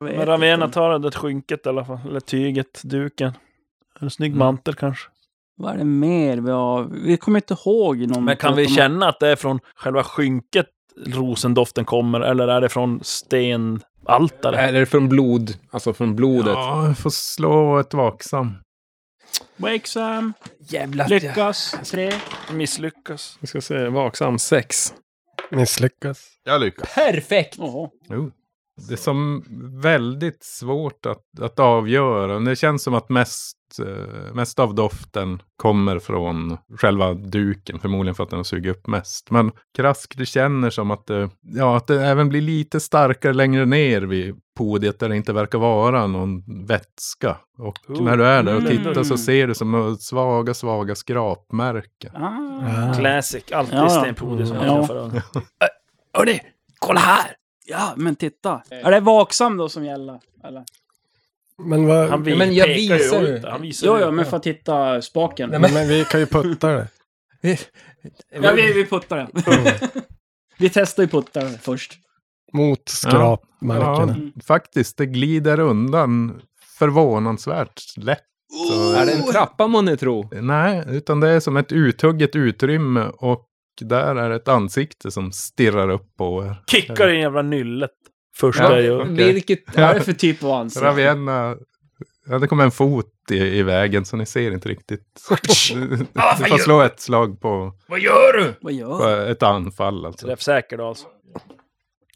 [SPEAKER 8] men Ravena tar det där skynket i alla fall. Eller tyget, duken. En snygg mantel kanske.
[SPEAKER 9] Vad är det mer vi har? Vi kommer inte ihåg någon.
[SPEAKER 8] Men kan vi
[SPEAKER 9] förutom-
[SPEAKER 8] känna att det är från själva skynket rosendoften kommer? Eller är det från stenaltare?
[SPEAKER 4] Eller från blod, alltså från blodet.
[SPEAKER 2] Ja, du får slå ett vaksam.
[SPEAKER 9] Wake Sam,
[SPEAKER 6] Jävlar.
[SPEAKER 9] lyckas, tre.
[SPEAKER 8] Misslyckas.
[SPEAKER 4] Vi ska se, vaksam sex.
[SPEAKER 7] Misslyckas.
[SPEAKER 5] Jag lyckas.
[SPEAKER 4] Perfekt!
[SPEAKER 9] Jaha.
[SPEAKER 2] Det är som väldigt svårt att, att avgöra. Det känns som att mest, eh, mest av doften kommer från själva duken. Förmodligen för att den har sugit upp mest. Men krask, du känner som att det, ja, att det även blir lite starkare längre ner vid podiet där det inte verkar vara någon vätska. Och
[SPEAKER 8] Ooh.
[SPEAKER 2] när du är där och tittar så
[SPEAKER 9] Mm.
[SPEAKER 2] ser du som några svaga, svaga skrapmärken.
[SPEAKER 8] Mm.
[SPEAKER 9] Ah.
[SPEAKER 8] Classic. Alltid
[SPEAKER 9] Ja.
[SPEAKER 8] stenpodier som
[SPEAKER 9] Ja.
[SPEAKER 8] jag träffar.
[SPEAKER 6] Hörni, kolla här!
[SPEAKER 9] Ja, men titta. Är det vaksam då som gäller? Eller?
[SPEAKER 7] Men, vad,
[SPEAKER 8] Han vi,
[SPEAKER 4] Ja, men jag
[SPEAKER 8] pekar
[SPEAKER 4] visar
[SPEAKER 8] ju
[SPEAKER 4] ju.
[SPEAKER 8] ut det. Han visar
[SPEAKER 9] Jo,
[SPEAKER 8] ju
[SPEAKER 9] ja,
[SPEAKER 8] ut
[SPEAKER 9] men
[SPEAKER 8] det.
[SPEAKER 9] för att titta spaken.
[SPEAKER 4] Nej,
[SPEAKER 7] men, vi kan ju putta det.
[SPEAKER 9] Ja, vi, vi puttar den. vi testar ju puttar först.
[SPEAKER 7] Mot
[SPEAKER 2] Ja,
[SPEAKER 7] skrapmärkena.
[SPEAKER 2] faktiskt, det glider undan förvånansvärt lätt. Så-
[SPEAKER 4] Är det en trappa må ni tro?
[SPEAKER 2] Nej, utan det är som ett uthugget utrymme och där är ett ansikte som stirrar upp på er.
[SPEAKER 8] Kickar i en jävla nyllet. Första
[SPEAKER 4] Ja.
[SPEAKER 8] jag gör.
[SPEAKER 2] Mm.
[SPEAKER 4] Vilket...
[SPEAKER 9] Vad är det för typ av ansikte?
[SPEAKER 2] Ravenna, ja, det kommer en fot i, i vägen så ni ser inte riktigt. Du
[SPEAKER 6] Ah, vad
[SPEAKER 2] får
[SPEAKER 6] gör-
[SPEAKER 2] slå ett slag på,
[SPEAKER 6] Vad gör du?
[SPEAKER 9] Vad
[SPEAKER 2] på
[SPEAKER 9] gör
[SPEAKER 2] ett anfall alltså.
[SPEAKER 8] Träffsäker då alltså.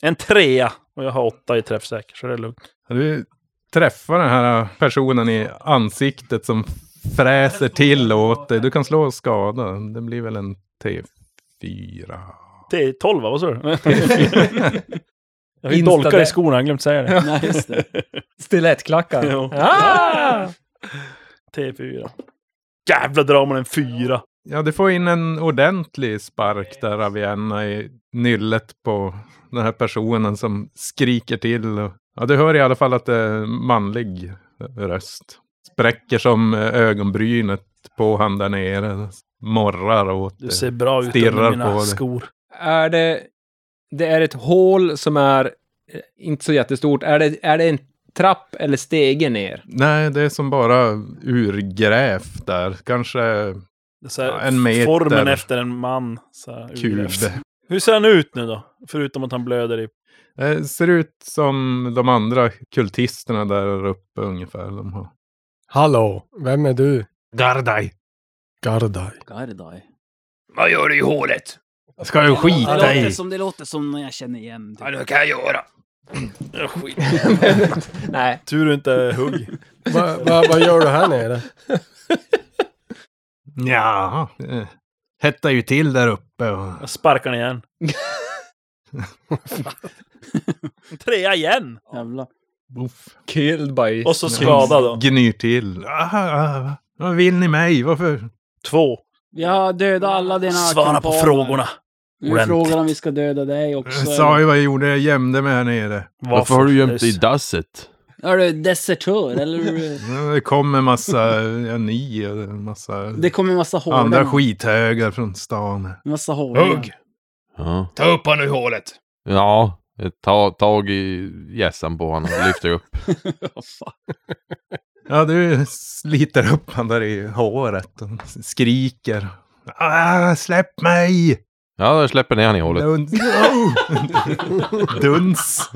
[SPEAKER 8] En trea. Och jag har åtta i träffsäker, så det är lugnt.
[SPEAKER 2] Du träffar den här personen i ansiktet som fräser till åt dig. Du kan slå skada. Det blir väl en T4.
[SPEAKER 8] Det är tolv, va? vad sa du? Jag fick dolkar i
[SPEAKER 4] Instadä-
[SPEAKER 8] skorna, jag glömde säga det.
[SPEAKER 9] Nej, just det.
[SPEAKER 4] Stilettklackar.
[SPEAKER 8] Jo. Ah! T4. Jävlar drar man en fyra.
[SPEAKER 2] Ja, du får in en ordentlig spark där Ravienna i nyllet på den här personen som skriker till. och- Ja, du hör i alla fall att det är en manlig röst. Spräcker som eh, ögonbrynet på han där nere. Morrar åt
[SPEAKER 8] Du
[SPEAKER 2] det.
[SPEAKER 8] ser bra ut
[SPEAKER 2] Stirrar
[SPEAKER 8] under
[SPEAKER 2] på
[SPEAKER 8] mina
[SPEAKER 2] det.
[SPEAKER 8] skor.
[SPEAKER 4] Är det... Det är ett hål som är eh, inte så jättestort. Är det, är det en trapp eller stege ner?
[SPEAKER 2] Nej, det är som bara urgrävt där. Kanske
[SPEAKER 8] Det är så här,
[SPEAKER 2] Ja, en meter.
[SPEAKER 8] Formen efter en man. Så här,
[SPEAKER 2] Kub.
[SPEAKER 8] urgröpt. Hur ser han ut nu då? Förutom att han blöder i...
[SPEAKER 2] Det eh, ser ut som de andra kultisterna där uppe ungefär. De har.
[SPEAKER 7] Hallå, vem är du?
[SPEAKER 6] Gardaj.
[SPEAKER 7] Gardaj.
[SPEAKER 9] Gardai.
[SPEAKER 6] Vad gör du i hålet?
[SPEAKER 2] Ska jag
[SPEAKER 9] Det
[SPEAKER 2] skita
[SPEAKER 9] låter
[SPEAKER 2] i?
[SPEAKER 9] som, det låter som när jag känner igen.
[SPEAKER 6] Ja, det kan jag göra.
[SPEAKER 4] Nej.
[SPEAKER 8] Tur inte hugg.
[SPEAKER 7] Va, va, vad gör du här nere?
[SPEAKER 2] Ja. Hettar ju till där uppe. Och...
[SPEAKER 8] Jag sparkar den igen. Trea igen!
[SPEAKER 9] Jävlar.
[SPEAKER 2] Uff.
[SPEAKER 4] Killed by...
[SPEAKER 8] Och så skadad då.
[SPEAKER 2] Gnyr till. Ah, ah, ah. vad vill ni mig? Varför?
[SPEAKER 8] Två.
[SPEAKER 9] Vi har dödat alla dina
[SPEAKER 8] Svara på
[SPEAKER 9] kumpaner.
[SPEAKER 8] frågorna.
[SPEAKER 9] Du
[SPEAKER 8] ordentligt.
[SPEAKER 9] frågar om vi ska döda dig också.
[SPEAKER 2] Jag sa ju vad jag gjorde. Jag gömde mig här nere.
[SPEAKER 1] Varför har du gömt dig i dasset?
[SPEAKER 9] Är du desertör eller? är du-
[SPEAKER 2] Det kom en massa ja, ni och en massa
[SPEAKER 9] Det kommer en massa
[SPEAKER 2] andra
[SPEAKER 9] hårdar.
[SPEAKER 2] skithögar från stan.
[SPEAKER 9] En massa hårdar.
[SPEAKER 6] Hugg!
[SPEAKER 1] Ja.
[SPEAKER 6] Ta upp honom ur hålet.
[SPEAKER 1] ja, ta tag i hjässan på honom och lyfter upp.
[SPEAKER 2] Ja, du sliter upp han där i håret och skriker. Ah, släpp mig!
[SPEAKER 1] Ja, där släpper ner han i hålet.
[SPEAKER 2] Duns. Oh! Duns.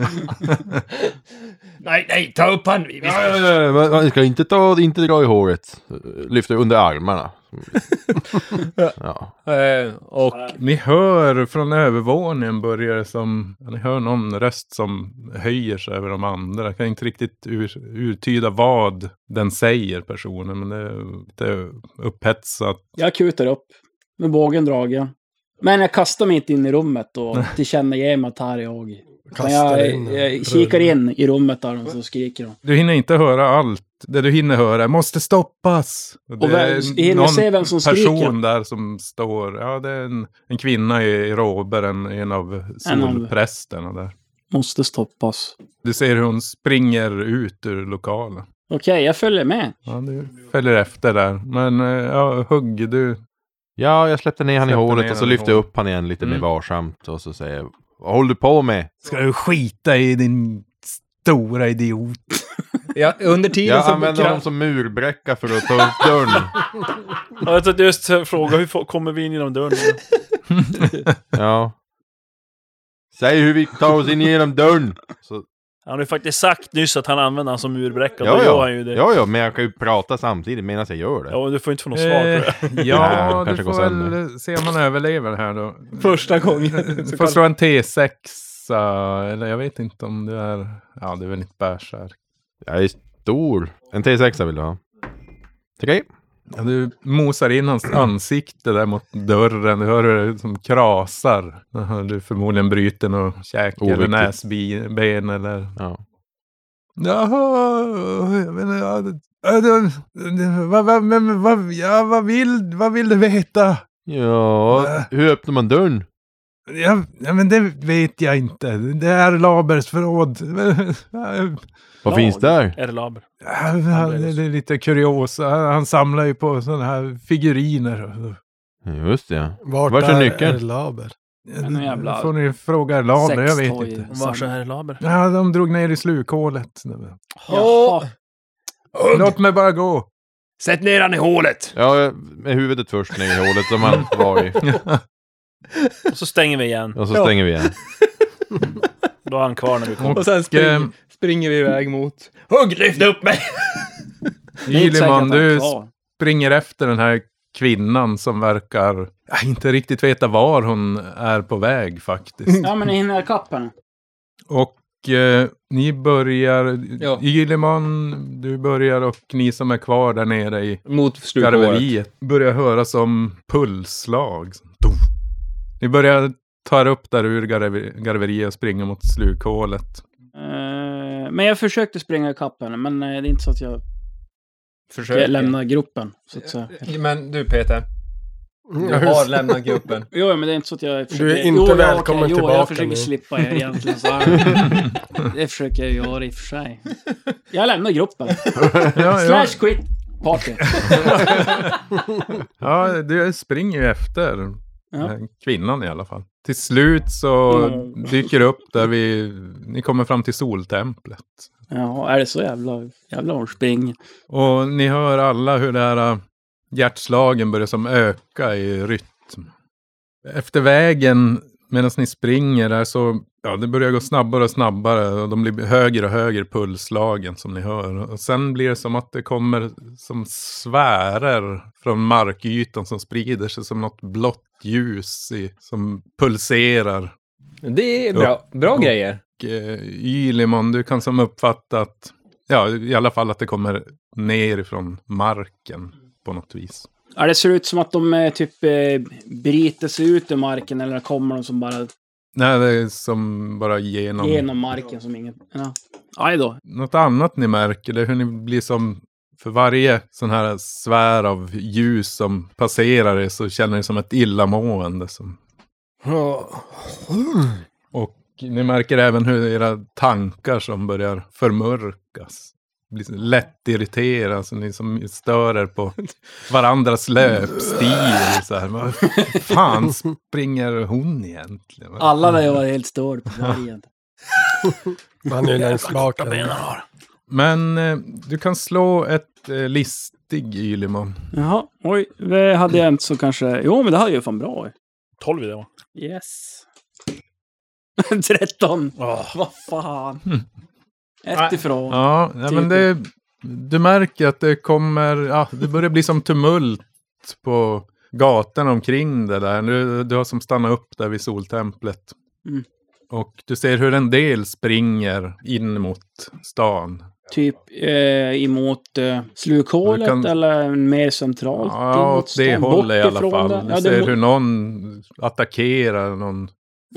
[SPEAKER 6] Nej, nej, ta upp honom.
[SPEAKER 1] Ja, ja, ja, men Man ska inte, ta, inte dra i håret. Lyfter under armarna. Ja.
[SPEAKER 4] Eh, och
[SPEAKER 2] Ni hör från övervåningen börjar det som, ja, ni hör någon röst som höjer sig över de andra. Jag kan inte riktigt ur, urtyda vad den säger personen, men det är lite upphetsat.
[SPEAKER 9] Jag kutar upp. Med bågen dragen. Men jag kastar mig inte in i rummet och tillkännager mig att här är jag. Men jag, jag kikar in i rummet där och så skriker de.
[SPEAKER 2] Du hinner inte höra allt. Det du hinner höra måste stoppas. Det
[SPEAKER 9] vem- hinner se vem som skriker?
[SPEAKER 2] person där som står. Ja, det är en, en kvinna i, i råber, en, en av
[SPEAKER 9] En av-
[SPEAKER 2] solprästerna där.
[SPEAKER 9] Måste stoppas.
[SPEAKER 2] Du ser hur hon springer ut ur lokalen.
[SPEAKER 9] Okej, jag följer med.
[SPEAKER 2] Ja, du följer efter där. Men eh, ja, hugg du.
[SPEAKER 1] ja, jag släppte ner han i
[SPEAKER 2] Släppte
[SPEAKER 1] hålet
[SPEAKER 2] ner
[SPEAKER 1] och så
[SPEAKER 2] han i
[SPEAKER 1] lyfter jag
[SPEAKER 2] hålet.
[SPEAKER 1] upp han igen lite
[SPEAKER 2] Mm.
[SPEAKER 1] mer varsamt. Och så säger jag, vad håller du på med?
[SPEAKER 2] Ska du skita i din stora idiot?
[SPEAKER 4] ja, under tiden
[SPEAKER 1] Jag
[SPEAKER 4] så...
[SPEAKER 1] använder honom som murbräcka för att ta upp dörren.
[SPEAKER 8] Ja, Jag tänkte just fråga, hur får- kommer vi in genom dörren?
[SPEAKER 1] Ja. Säg hur vi tar oss in genom dörren. Så,
[SPEAKER 8] Han har ju faktiskt sagt nyss att han använder han som murbräcka.
[SPEAKER 1] Ja,
[SPEAKER 8] då
[SPEAKER 1] ja.
[SPEAKER 8] gör han ju det. Ja.
[SPEAKER 1] ja, ja, men jag kan ju prata samtidigt medan jag gör det.
[SPEAKER 8] men du får inte få något svar tror jag.
[SPEAKER 1] Nej,
[SPEAKER 2] ja,
[SPEAKER 1] kanske
[SPEAKER 2] du
[SPEAKER 1] går
[SPEAKER 2] får
[SPEAKER 1] sönder.
[SPEAKER 2] väl se om man överlever här då.
[SPEAKER 4] Första gången.
[SPEAKER 2] Du får slå en T6. eh, Eller jag vet inte om du är... Ja, du är väl inte bärsärk.
[SPEAKER 1] Jag är stor. En T6 vill du ha? Tre.
[SPEAKER 2] Ja, du mosar in hans ansikte där mot dörren. Du hör hur det som krasar. Aha, Du förmodligen bryter något käke eller
[SPEAKER 1] Oviktigt.
[SPEAKER 2] näsben eller...
[SPEAKER 1] Ja.
[SPEAKER 2] Jaha, jag menar, ja, det- ja, det- det- vad- vad- men vad- ja, vad vill- vad vill du veta?
[SPEAKER 1] Ja,
[SPEAKER 2] Äh.
[SPEAKER 1] hur öppnar man dörren?
[SPEAKER 2] Ja, ja, men det vet jag inte. Det är Labers förråd.
[SPEAKER 1] Vad
[SPEAKER 8] Lag.
[SPEAKER 1] finns där?
[SPEAKER 8] Är det laber?
[SPEAKER 2] Han, han, det är lite kuriosa. Han, han samlar ju på sådana här figuriner.
[SPEAKER 1] Just det.
[SPEAKER 7] Vart,
[SPEAKER 1] Vart är
[SPEAKER 7] är
[SPEAKER 1] nyckeln?
[SPEAKER 7] är Laber?
[SPEAKER 9] Men nu jävlar.
[SPEAKER 2] Då får ni fråga Laber, jag vet inte.
[SPEAKER 8] Vars är det laber?
[SPEAKER 2] Ja, de drog ner i slukhålet.
[SPEAKER 9] Jaha.
[SPEAKER 2] Låt mig bara gå.
[SPEAKER 6] Sätt ner han i hålet.
[SPEAKER 1] Ja, med huvudet först ner i hålet som han var i.
[SPEAKER 8] Och så stänger vi igen.
[SPEAKER 1] Och så stänger vi igen.
[SPEAKER 8] Då är han kvar när vi kommer.
[SPEAKER 4] Och sen
[SPEAKER 2] ehm,
[SPEAKER 4] spring, springer vi iväg mot...
[SPEAKER 6] Hugg, lyft upp mig!
[SPEAKER 2] Yliman, du
[SPEAKER 9] Ja.
[SPEAKER 2] springer efter den här kvinnan som verkar ja, inte riktigt veta var hon är på väg faktiskt.
[SPEAKER 9] Ja, men ni hinner ikapp henne.
[SPEAKER 2] Och eh, ni börjar,
[SPEAKER 4] Ja.
[SPEAKER 2] Yliman, du börjar och ni som är kvar där nere i
[SPEAKER 4] Mot slukhåret.
[SPEAKER 2] garveriet börjar höra som pulsslag. Dof. Ni börjar ta er upp där ur garve- garveriet och springa mot slukhålet.
[SPEAKER 9] Eh, men jag försökte springa ikapp henne, men eh, det är inte så att jag
[SPEAKER 4] Försöker.
[SPEAKER 9] jag lämnar gruppen. Så att säga.
[SPEAKER 4] Men du Peter, du
[SPEAKER 2] Mm,
[SPEAKER 7] Ja, hur-
[SPEAKER 4] har lämnat gruppen.
[SPEAKER 9] Jo, men det är inte så att jag försöker...
[SPEAKER 7] Du är inte
[SPEAKER 9] jo, ja,
[SPEAKER 7] välkommen
[SPEAKER 9] okej, Jo,
[SPEAKER 7] tillbaka
[SPEAKER 9] jag försöker
[SPEAKER 7] nu.
[SPEAKER 9] slippa er egentligen. Så här. det försöker jag göra i och för sig. Jag lämnar gruppen.
[SPEAKER 2] Ja, ja,
[SPEAKER 9] Slash quit party.
[SPEAKER 2] ja, du springer ju efter
[SPEAKER 9] Ja.
[SPEAKER 2] eh, kvinnan i alla fall. Till slut så
[SPEAKER 9] Mm.
[SPEAKER 2] dyker upp där vi, ni kommer fram till soltemplet.
[SPEAKER 9] Jaha, är det så jävla... Jävla hon springer.
[SPEAKER 2] Och ni hör alla hur det här äh, Hjärtslagen börjar som öka i rytm. Efter vägen, medan ni springer där, så ja, det börjar gå snabbare och snabbare. Och de blir högre och högre pulsslagen som ni hör. Och sen blir det som att det kommer som sfärer från markytan som sprider sig som något blått ljus i, som pulserar.
[SPEAKER 4] Det är bra, bra
[SPEAKER 2] Ja.
[SPEAKER 4] grejer.
[SPEAKER 2] Och eh, Ylimon, du kan som uppfatta att, ja i alla fall att det kommer ner ifrån marken på något vis.
[SPEAKER 9] Ja, det ser ut som att de eh, typ eh, bryter sig ut ur marken eller kommer de som bara
[SPEAKER 2] Nej, det är som bara genom.
[SPEAKER 9] genom marken som inget... Ja. Aj då.
[SPEAKER 2] Något annat ni märker, det är hur ni blir som, för varje sån här sfär av ljus som passerar er så känner ni som ett illamående som Och ni märker även hur era tankar som börjar förmörkas. Blir så lätt irriterade, så ni som stör er på varandras löpstil. Så här. Vad fan springer hon egentligen?
[SPEAKER 9] Alla där jag var helt störd på vargen.
[SPEAKER 7] Han är ju längst bak. där.
[SPEAKER 2] Men eh, du kan slå ett eh, listig Ylimon.
[SPEAKER 9] Jaha, oj. Det hade jag inte så kanske... Jo, men det här är ju fan bra.
[SPEAKER 8] 12 i det va?
[SPEAKER 9] Yes. 13. Vad fan. Ett
[SPEAKER 2] Hm.
[SPEAKER 9] ifrån.
[SPEAKER 2] Ja, nej,
[SPEAKER 9] typ-
[SPEAKER 2] men det, du märker att det kommer, ja, det börjar bli som tumult på gatan omkring det där. Du, du har som stannat upp där vid soltemplet.
[SPEAKER 9] Mm.
[SPEAKER 2] Och du ser hur en del springer in mot stan.
[SPEAKER 9] Typ eh, emot eh, slukhålet
[SPEAKER 2] Du kan-
[SPEAKER 9] eller mer centralt?
[SPEAKER 2] Ja,
[SPEAKER 9] emot
[SPEAKER 2] åt det
[SPEAKER 9] stan,
[SPEAKER 2] hållet i
[SPEAKER 9] bort
[SPEAKER 2] alla fall.
[SPEAKER 9] ifrån det.
[SPEAKER 2] Du
[SPEAKER 9] Ja, det
[SPEAKER 2] ser
[SPEAKER 9] mot-
[SPEAKER 2] hur någon attackerar någon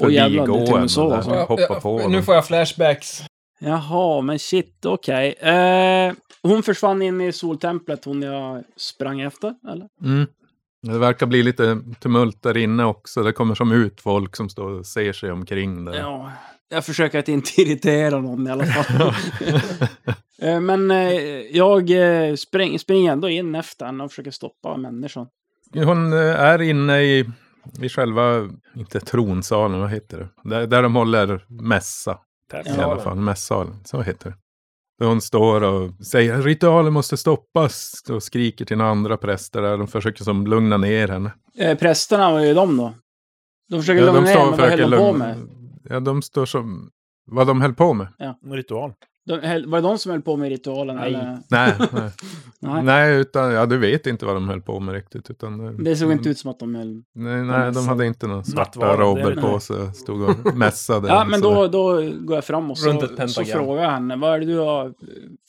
[SPEAKER 9] Åh, jävlar, det är till och
[SPEAKER 2] förbigående.
[SPEAKER 9] med så,
[SPEAKER 2] där
[SPEAKER 9] alltså.
[SPEAKER 2] som hoppar på
[SPEAKER 3] Nu
[SPEAKER 2] dem.
[SPEAKER 3] får jag flashbacks.
[SPEAKER 9] Jaha, men shit, okej. Eh, hon försvann in i soltemplet, hon jag sprang efter, eller?
[SPEAKER 2] Mm. Det verkar bli lite tumult där inne också. Det kommer som ut folk som står och ser sig omkring där.
[SPEAKER 9] Ja. Jag försöker att inte irritera någon i alla fall. Eh, men eh, jag eh, spring, springer ändå in efter henne och försöker stoppa människan.
[SPEAKER 2] Hon eh, är inne i, i själva, inte tronsalen, vad heter det? Där, där de håller mässa. I alla fall, mässalen, så heter det. Där hon står och säger ritualen måste stoppas och skriker till några andra präster där. De försöker som lugna ner henne.
[SPEAKER 9] Eh, prästerna, vad gör de då? De försöker lugna
[SPEAKER 2] de
[SPEAKER 9] ner men vad höll
[SPEAKER 2] försöker
[SPEAKER 9] de på
[SPEAKER 2] lugna-
[SPEAKER 9] med?
[SPEAKER 2] Ja, de står som... Vad de höll på med?
[SPEAKER 8] En ritual.
[SPEAKER 9] De, höll- var det de som höll på med ritualen?
[SPEAKER 8] Nej.
[SPEAKER 9] Eller?
[SPEAKER 2] Nej, nej.
[SPEAKER 9] Nej.
[SPEAKER 2] nej utan, ja, du vet inte vad de höll på med riktigt. Utan,
[SPEAKER 9] Det såg inte ut som att de höll...
[SPEAKER 2] Nej, nej, de hade inte några svarta
[SPEAKER 8] Nattvard, det är
[SPEAKER 2] robber
[SPEAKER 8] det.
[SPEAKER 2] på sig. Stod och mässade.
[SPEAKER 9] Ja, men
[SPEAKER 2] Så-
[SPEAKER 9] då, då går jag fram och så,
[SPEAKER 3] Runt ett pentagram.
[SPEAKER 9] så frågar jag henne. Vad är det du har eh,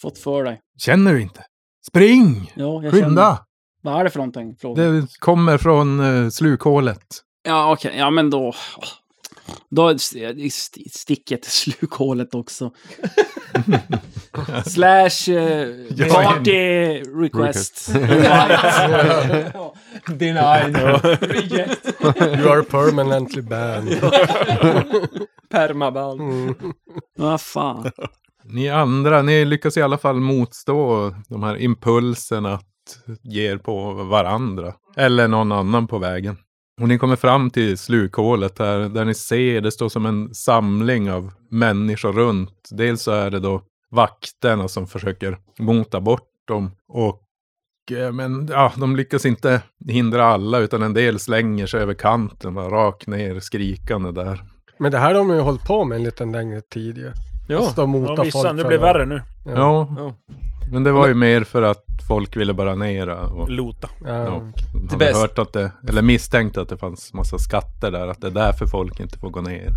[SPEAKER 9] fått för dig?
[SPEAKER 2] Känner du inte? Spring!
[SPEAKER 9] Ja, jag känner-
[SPEAKER 2] Skynda!
[SPEAKER 9] Vad är det för någonting? Frågar.
[SPEAKER 2] Det kommer från eh, slukhålet.
[SPEAKER 9] Ja, okej. Ja, men då... Då st- st- sticker jag till slukhålet också. Slash eh,
[SPEAKER 2] Ja,
[SPEAKER 9] party request.
[SPEAKER 3] Denied.
[SPEAKER 9] Reject.
[SPEAKER 7] You are permanently banned.
[SPEAKER 3] Permaband.
[SPEAKER 7] Mm.
[SPEAKER 9] Vad fan.
[SPEAKER 2] Ni andra, ni lyckas i alla fall motstå de här impulserna att ge er på varandra. Eller någon annan på vägen. Och ni kommer fram till slukhålet här, där ni ser det står som en samling av människor runt. Dels så är det då vakterna som försöker mota bort dem. Och eh, men ja, de lyckas inte hindra alla utan en del slänger sig över kanten, bara rakt ner skrikande där.
[SPEAKER 7] Men det här har de ju hållit på med en liten längre tid ju.
[SPEAKER 2] Ja,
[SPEAKER 7] Stå och
[SPEAKER 8] Ja,
[SPEAKER 7] mota
[SPEAKER 8] vissa,
[SPEAKER 7] folk
[SPEAKER 8] det
[SPEAKER 7] för
[SPEAKER 8] blir
[SPEAKER 7] varandra.
[SPEAKER 8] värre nu.
[SPEAKER 2] Ja. Men det var ju mer för att folk ville baranera. Och
[SPEAKER 8] Lota.
[SPEAKER 7] Ja.
[SPEAKER 2] ja, de hade
[SPEAKER 3] bäst.
[SPEAKER 2] hört att det, eller misstänkt att det fanns massa skatter där. Att det är därför folk inte får gå ner.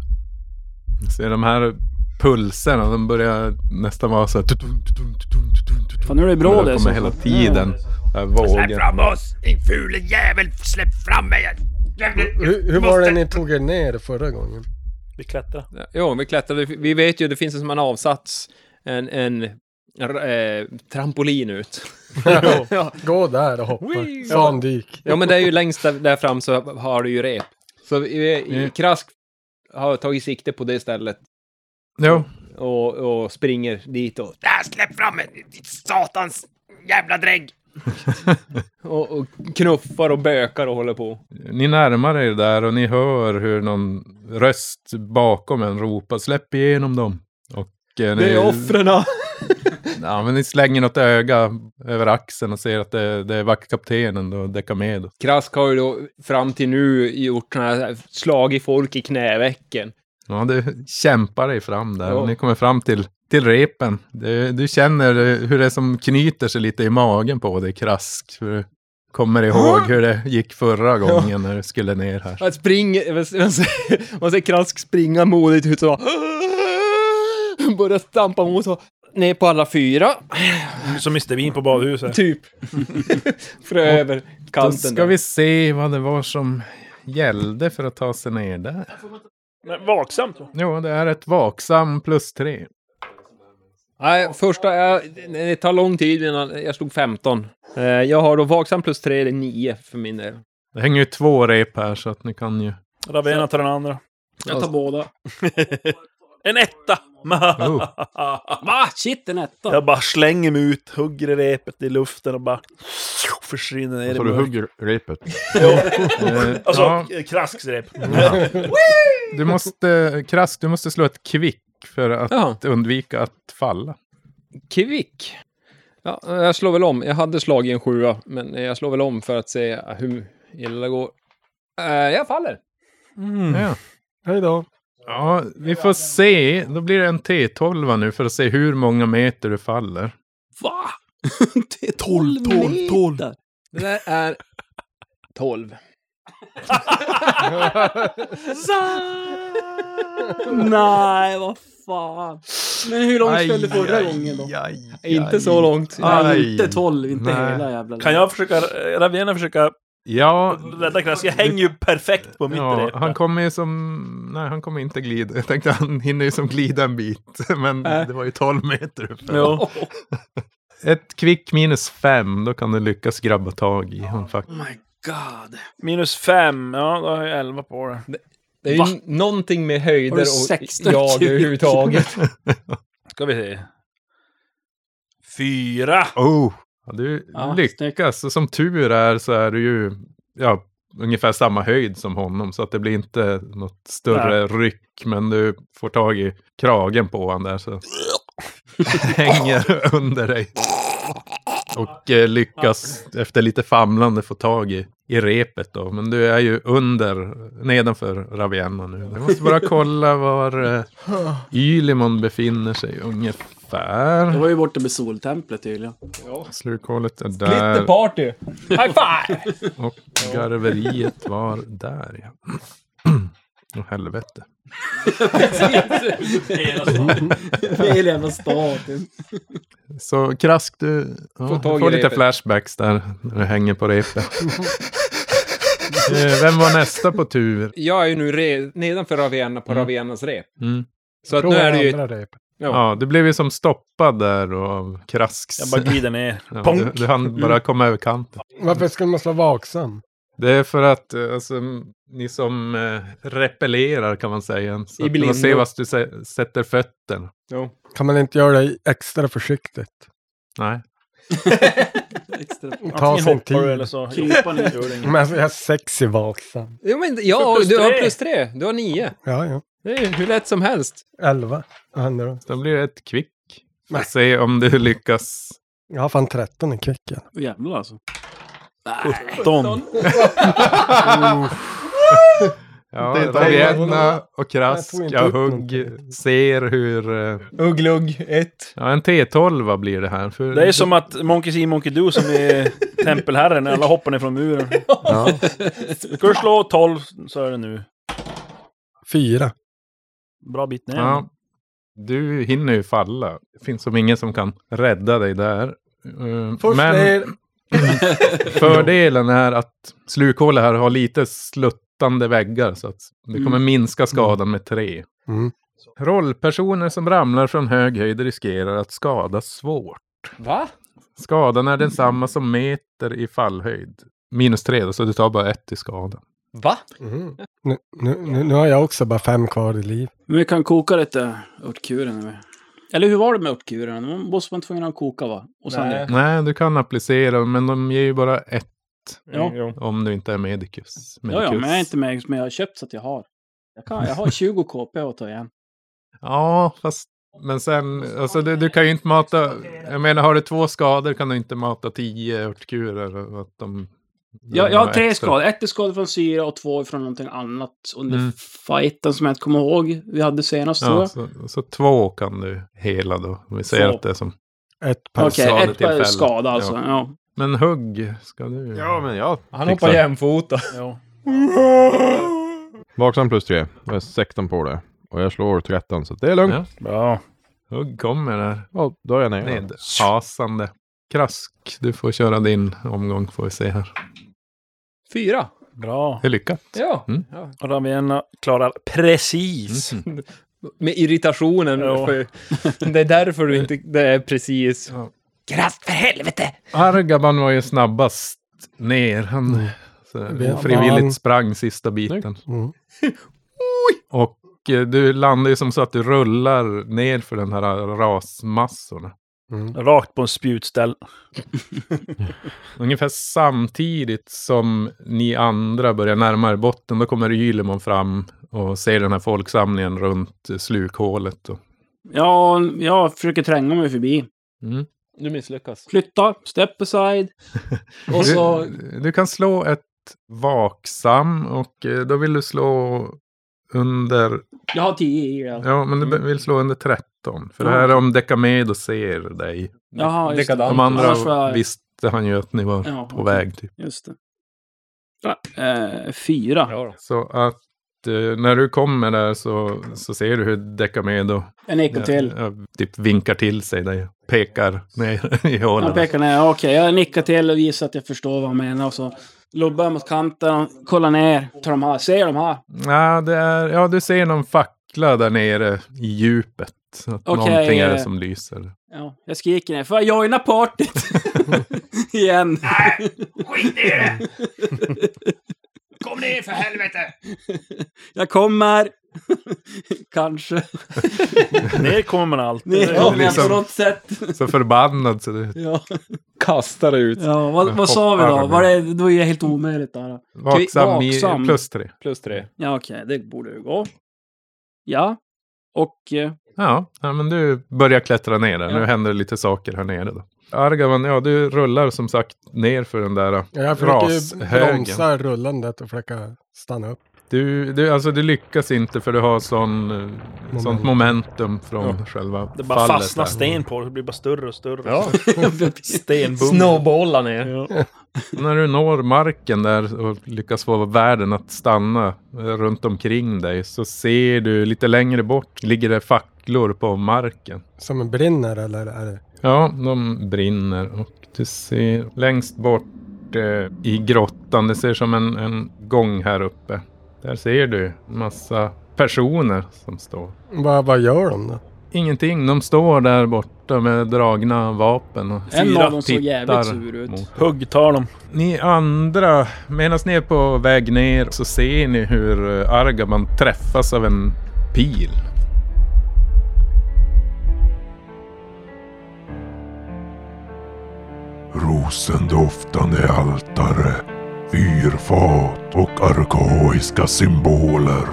[SPEAKER 2] Så de här pulserna, de börjar nästan vara så här... tutum, tutum, tutum, tutum, tutum.
[SPEAKER 9] Fan, nu är det bra
[SPEAKER 2] De
[SPEAKER 9] det.
[SPEAKER 2] kommer hela tiden. Den här vågen.
[SPEAKER 6] oss, din fule jävel! Släpp fram mig!
[SPEAKER 7] Hur, hur var det ni tog er ner förra gången?
[SPEAKER 8] Vi klättrar.
[SPEAKER 4] Jo, vi klättrar. Vi- Vi vet ju, det finns en som en avsats, en, en r- eh, trampolin ut. ja.
[SPEAKER 7] Gå där och hoppa. Sandvik.
[SPEAKER 4] ja, men det är ju längst där, där fram så har du ju rep. Så vi,
[SPEAKER 2] Mm.
[SPEAKER 4] Krask har tagit sikte på det stället
[SPEAKER 2] Ja,
[SPEAKER 4] och, och springer ditåt.
[SPEAKER 6] Där, släpp fram mig! Ditt satans jävla drägg!
[SPEAKER 4] Och, och knuffar och bökar och håller på.
[SPEAKER 2] ni närmar er där och ni hör hur någon röst bakom en ropar släpp igenom dem. Och eh, ni,
[SPEAKER 4] offren!
[SPEAKER 2] Ja, men ni slänger något öga över axeln och ser att det, det är vaktkaptenen då, Dekamedo.
[SPEAKER 4] Krask har ju då fram till nu gjort såna här slag i folk i knävecken.
[SPEAKER 2] Ja, du kämpar dig fram där.
[SPEAKER 4] Ja.
[SPEAKER 2] Ni kommer fram till, till repen. Du, du känner eh, hur det är som knyter sig lite i magen på dig, Krask. För du kommer
[SPEAKER 4] Ah!
[SPEAKER 2] ihåg hur det gick förra gången när du skulle ner här.
[SPEAKER 4] Han springer, man ser, man ser Krask springa modigt ut och bara- börjar stampa mot och ner på alla fyra,
[SPEAKER 8] Som Mr Bean på badhuset.
[SPEAKER 4] typ. Frö över
[SPEAKER 2] Då
[SPEAKER 4] kanten.
[SPEAKER 2] ska
[SPEAKER 4] där.
[SPEAKER 2] vi se vad det var som gällde för att ta sig ner där.
[SPEAKER 8] Men vaksamt. va?
[SPEAKER 2] Jo, det är ett vaksam plus tre.
[SPEAKER 4] Nej, första, jag, det tar lång tid innan jag slog 15. Eh, Jag har då vaksam plus 3, det är 9 för min del.
[SPEAKER 2] Det hänger ju två rep här så att ni kan ju...
[SPEAKER 8] Ravena tar den andra.
[SPEAKER 9] Jag tar båda.
[SPEAKER 8] En etta!
[SPEAKER 2] Oh.
[SPEAKER 9] Ah, Va? Shit, en etta.
[SPEAKER 8] Jag bara slänger mig ut, hugger i repet i luften och bara försvinner ner i
[SPEAKER 1] Så du
[SPEAKER 8] mörkret.
[SPEAKER 1] hugger repet.
[SPEAKER 2] Eh,
[SPEAKER 8] Alltså,
[SPEAKER 2] Alltså, ja,
[SPEAKER 8] krasks rep.
[SPEAKER 2] du måste... Krask, du måste slå ett kvick för att
[SPEAKER 4] Ja,
[SPEAKER 2] undvika att falla.
[SPEAKER 4] kvick. Ja, jag slår väl om. Jag hade slagit en sjua, men jag slår väl om för att se hur illa det går. Eh, Jag faller.
[SPEAKER 2] Ja.
[SPEAKER 7] Hej då.
[SPEAKER 2] ja, vi får se. Då blir det en T12 nu för att se hur många meter du faller.
[SPEAKER 9] Va?
[SPEAKER 5] 12, 12, 12.
[SPEAKER 4] Det där är 12.
[SPEAKER 9] Nej, vad fan. Men hur långt
[SPEAKER 1] Aj,
[SPEAKER 9] föll det förra
[SPEAKER 1] aj,
[SPEAKER 9] gången då?
[SPEAKER 4] Inte så långt.
[SPEAKER 9] Nej, inte 12, inte
[SPEAKER 2] Nej.
[SPEAKER 9] hela jävla...
[SPEAKER 8] Kan jag försöka, Ravena försöka
[SPEAKER 2] Ja,
[SPEAKER 8] rädda krask? Jag hänger ju perfekt på mitt
[SPEAKER 2] ja
[SPEAKER 8] rep.
[SPEAKER 2] han kommer ju som... Nej, han kommer inte glida. Jag tänkte han hinner ju som glida en bit. Men
[SPEAKER 4] Nej.
[SPEAKER 9] Äh.
[SPEAKER 2] det var ju 12 meter upp.
[SPEAKER 8] Jo.
[SPEAKER 2] Ett kvick minus fem, då kan du lyckas grabba tag i honom faktiskt.
[SPEAKER 9] Oh my god.
[SPEAKER 8] Minus fem, ja då har jag elva på det.
[SPEAKER 4] Det är ju
[SPEAKER 9] Va?
[SPEAKER 4] n- någonting med höjder
[SPEAKER 9] Har du
[SPEAKER 4] och
[SPEAKER 9] 16
[SPEAKER 4] jag
[SPEAKER 9] kvick?
[SPEAKER 4] överhuvudtaget.
[SPEAKER 8] Ska vi se. Fyra!
[SPEAKER 2] Oh, ja, du
[SPEAKER 9] Ja,
[SPEAKER 2] lyckas. Och som tur är så är du ju ja, ungefär samma höjd som honom. Så att det blir inte något större ryck. Men du får tag i kragen på honom där. Så hänger under dig. Och eh, lyckas efter lite famlande få tag i, i repet då. Men du är ju under, nedanför Ravienna nu. Jag måste bara kolla var eh, Ylimon befinner sig ungefär.
[SPEAKER 9] Jag var ju borta vid soltemplet tydligen.
[SPEAKER 2] Slukhålet är
[SPEAKER 4] Lite
[SPEAKER 2] där
[SPEAKER 4] party! Eh. High five!
[SPEAKER 2] och garveriet var där. Ja. Åh helvete.
[SPEAKER 9] alltså- Mm. Fel jävla stad.
[SPEAKER 2] Så Krask, du ja,
[SPEAKER 4] Få
[SPEAKER 2] du
[SPEAKER 4] tag i
[SPEAKER 2] får lite
[SPEAKER 4] repet.
[SPEAKER 2] flashbacks där när du hänger på repet. Eh, Vem var nästa på tur?
[SPEAKER 4] Jag är ju nu re- nedanför Ravenna på Ravennas rep.
[SPEAKER 2] Mm.
[SPEAKER 4] Så att nu är det ju...
[SPEAKER 7] andra repet.
[SPEAKER 2] Ja, du blev ju som stoppad där av Krasks.
[SPEAKER 8] Jag bara glider ner.
[SPEAKER 2] Ja, du,
[SPEAKER 8] Ponk!
[SPEAKER 2] du hann bara komma över kanten.
[SPEAKER 7] Varför skulle man slå vaksam?
[SPEAKER 2] Det är för att eh, alltså, ni som eh, repellerar kan man säga. Så
[SPEAKER 4] I
[SPEAKER 2] att man ser
[SPEAKER 4] blindo.
[SPEAKER 2] var du sä- sätter fötterna.
[SPEAKER 7] Kan man inte göra det extra försiktigt?
[SPEAKER 2] Nej.
[SPEAKER 9] Extra.
[SPEAKER 7] Ta sin
[SPEAKER 8] hoppar du eller
[SPEAKER 7] tid.
[SPEAKER 8] så.
[SPEAKER 9] Krypa ner.
[SPEAKER 7] Men alltså, jag är sexig vaksam.
[SPEAKER 4] Jo, men, ja,
[SPEAKER 8] plus
[SPEAKER 4] du har
[SPEAKER 8] tre.
[SPEAKER 4] plus tre. Du har nio.
[SPEAKER 7] Ja, ja.
[SPEAKER 4] Det är hur lätt som helst.
[SPEAKER 7] Elva. Vad händer då?
[SPEAKER 2] Då blir det ett kvick. Får
[SPEAKER 7] Nej.
[SPEAKER 2] se om du lyckas.
[SPEAKER 7] Jag har fan 13 i kicken.
[SPEAKER 9] Åh, Jävlar alltså.
[SPEAKER 8] Don.
[SPEAKER 2] Ja,
[SPEAKER 1] Det är inte
[SPEAKER 2] Ravienna och Krask,
[SPEAKER 7] Jag tog inte
[SPEAKER 2] jag
[SPEAKER 7] upp
[SPEAKER 2] hugg,
[SPEAKER 7] någonting.
[SPEAKER 2] ser hur... eh,
[SPEAKER 4] Ugglugg, ett.
[SPEAKER 2] Ja, en T12 blir det här. För,
[SPEAKER 8] Det är som att Monkey See Monkey Do som är tempelherren när alla hoppar ner från muren.
[SPEAKER 2] Ja.
[SPEAKER 8] Ska du slå 12 så är det nu.
[SPEAKER 7] Fyra.
[SPEAKER 8] Bra bit ner.
[SPEAKER 2] Ja, du hinner ju falla. Det finns som ingen som kan rädda dig där. Eh, Men fördelen är att slukhålet här har lite sluttande väggar. Så att det
[SPEAKER 8] Mm.
[SPEAKER 2] kommer minska skadan med tre.
[SPEAKER 7] Mm.
[SPEAKER 2] Rollpersoner som ramlar från hög höjd riskerar att skadas svårt.
[SPEAKER 4] Va?
[SPEAKER 2] Skadan är densamma som meter i fallhöjd. Minus tre då, så du tar bara ett i skada.
[SPEAKER 4] Va?
[SPEAKER 7] Mm. Nu, nu, nu, nu har jag också bara fem kvar i liv.
[SPEAKER 9] Men vi kan koka lite örtkuren. eller? Eller hur var det med örtkuren? Man måste man tvungen att koka va? Och sen
[SPEAKER 4] Nej.
[SPEAKER 2] Nej, du kan applicera, men de ger ju bara ett
[SPEAKER 9] Ja.
[SPEAKER 2] om du inte är medicus.
[SPEAKER 9] Ja, ja,
[SPEAKER 2] Medicus.
[SPEAKER 9] men jag är inte med men jag har köpt så att jag har. Jag, kan, jag har 20 KP att ta igen.
[SPEAKER 2] Ja, fast Men sen, alltså du, du kan ju inte mata... Jag menar, har du två skador kan du inte mata tio örtkurer. och Att de,
[SPEAKER 9] Jag, jag har tre
[SPEAKER 2] extra.
[SPEAKER 9] skador. Ett är skador från syra och två från någonting annat under
[SPEAKER 2] Mm.
[SPEAKER 9] fighten som jag inte kommer ihåg vi hade senast tror
[SPEAKER 2] Ja,
[SPEAKER 9] jag.
[SPEAKER 2] så, så två kan du hela då. Om vi säger
[SPEAKER 9] Två.
[SPEAKER 2] att det är som...
[SPEAKER 7] Ett par.
[SPEAKER 9] Okej, ett
[SPEAKER 2] skadetillfälle.
[SPEAKER 9] per skada alltså.
[SPEAKER 2] Ja.
[SPEAKER 9] Ja.
[SPEAKER 2] Men hugg ska du...
[SPEAKER 5] Ja, men ja.
[SPEAKER 4] Han
[SPEAKER 2] Fixar.
[SPEAKER 4] hoppar jämfota.
[SPEAKER 8] Jo.
[SPEAKER 5] Vaksam plus tre. Jag är 16 på det. Och jag slår 13, så det är lugnt.
[SPEAKER 2] Ja.
[SPEAKER 8] Bra.
[SPEAKER 2] Hugg kommer där.
[SPEAKER 5] Ja, då är jag nere.
[SPEAKER 2] Nedhasande. Krask, du får köra din omgång får vi se här.
[SPEAKER 4] Fyra.
[SPEAKER 8] Bra.
[SPEAKER 2] Hur lyckat?
[SPEAKER 4] Ja.
[SPEAKER 2] Mm.
[SPEAKER 4] ja.
[SPEAKER 8] Ravenna klarar precis.
[SPEAKER 4] Med irritationen.
[SPEAKER 8] Ja.
[SPEAKER 4] För, det är därför du inte... Det är precis...
[SPEAKER 2] Argaban var ju snabbast ner. Han så,
[SPEAKER 7] Ja, man-
[SPEAKER 2] frivilligt sprang sista biten.
[SPEAKER 7] Mm.
[SPEAKER 2] Och eh, du landar ju som så att du rullar ner för den här rasmassorna.
[SPEAKER 8] Rakt på en spjutställ.
[SPEAKER 2] Ungefär samtidigt som ni andra börjar närma er botten, då kommer Ylemon fram och ser den här folksamlingen runt eh, slukhålet. Och,
[SPEAKER 9] ja, jag försöker tränga mig förbi.
[SPEAKER 2] mm.
[SPEAKER 4] Du misslyckas.
[SPEAKER 9] Flytta, step aside. Och så...
[SPEAKER 2] du, du kan slå ett vaksam och eh, då vill du slå under...
[SPEAKER 9] Jag har tio i det.
[SPEAKER 2] Ja, men du
[SPEAKER 9] mm.
[SPEAKER 2] be- vill slå under 13. För det här är om Dekamedo ser dig.
[SPEAKER 9] Jaha, just det.
[SPEAKER 4] Dekadant.
[SPEAKER 2] De
[SPEAKER 9] Annars var-
[SPEAKER 2] andra visste han ju att ni var
[SPEAKER 9] Ja,
[SPEAKER 2] på
[SPEAKER 9] okej.
[SPEAKER 2] väg. Typ.
[SPEAKER 9] Just det. Ja, eh, fyra.
[SPEAKER 4] Ja, då.
[SPEAKER 2] Så att eh, när du kommer där så, så ser du hur Dekamedo
[SPEAKER 9] En nickar till.
[SPEAKER 2] Ja, ja, typ vinkar till sig dig. Pekar ner i
[SPEAKER 9] Han
[SPEAKER 2] hålen.
[SPEAKER 9] pekar ner. Okej, jag nickar till och visar att jag förstår vad han menar. Och så lobbar jag mot kanten, kollar ner. Tar de här. Ser de här?
[SPEAKER 2] Ja, det är, ja, du ser någon fackla där nere i djupet. Så Att
[SPEAKER 9] Okej,
[SPEAKER 2] Någonting är det
[SPEAKER 9] eh,
[SPEAKER 2] som lyser.
[SPEAKER 9] Ja, jag skriker ner. Får jag joina partyt? Igen.
[SPEAKER 10] Skit i det! Kom ner för helvete!
[SPEAKER 9] Jag kommer. Kanske.
[SPEAKER 8] Ner kommer man alltid.
[SPEAKER 9] Ner
[SPEAKER 8] Det är
[SPEAKER 9] kommer jag på
[SPEAKER 2] liksom-
[SPEAKER 9] något sätt.
[SPEAKER 2] Så förbannad så du...
[SPEAKER 9] Ja,
[SPEAKER 4] Kastar det ut.
[SPEAKER 9] ja vad, vad sa vi då? Var det, det var ju helt omöjligt där.
[SPEAKER 2] Vaksam, i-
[SPEAKER 9] vaksam.
[SPEAKER 2] plus tre.
[SPEAKER 4] Plus tre.
[SPEAKER 9] Ja, okej. det borde ju gå. Ja. Och... eh,
[SPEAKER 2] Ja, ja, men du börjar klättra ner där. Nu händer det lite saker här nere då. Argavan, ja du rullar som sagt ner för den där.
[SPEAKER 7] Ja, Jag försöker ju
[SPEAKER 2] Rashögen.
[SPEAKER 7] bromsa rullandet och försöka stanna upp.
[SPEAKER 2] Du, du, alltså, du lyckas inte för du har sån, eh, sånt momentum från själva
[SPEAKER 8] Det bara
[SPEAKER 2] fallet
[SPEAKER 8] fastnar
[SPEAKER 2] där.
[SPEAKER 8] sten på det. Det blir bara större och större.
[SPEAKER 4] Ja.
[SPEAKER 8] Stenbom.
[SPEAKER 4] Snowbollar ner.
[SPEAKER 2] När du når marken där och lyckas få världen att stanna eh, runt omkring dig så ser du lite längre bort ligger det facklor på marken.
[SPEAKER 7] Som en brinner eller? Är det?
[SPEAKER 2] Ja, de brinner och du ser längst bort eh, i grottan, det ser som en, en gång här uppe. Där ser du massa personer som står.
[SPEAKER 7] Vad, vad gör de då?
[SPEAKER 2] Ingenting, de står där borta med dragna vapen och
[SPEAKER 9] En av dem såg
[SPEAKER 2] tittar
[SPEAKER 9] jävligt sur ut.
[SPEAKER 2] mot
[SPEAKER 8] Hugg tar dem.
[SPEAKER 2] Ni andra, medan ni är på väg ner så ser ni hur eh, Argaban träffas av en pil.
[SPEAKER 1] Rosendoftande altare, fyrfat och arkaiska symboler.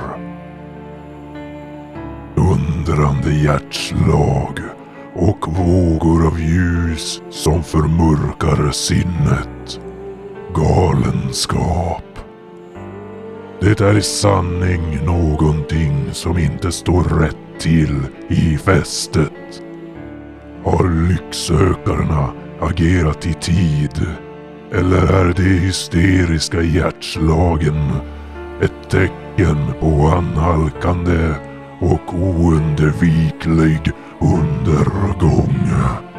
[SPEAKER 1] Undrande hjärtslag och vågor av ljus som förmörkar sinnet. Galenskap. Det är i sanning någonting som inte står rätt till i fästet. Har lycksökarna agerat i tid? Eller är de hysteriska hjärtslagen ett tecken på anhalkande och oundviklig undergång?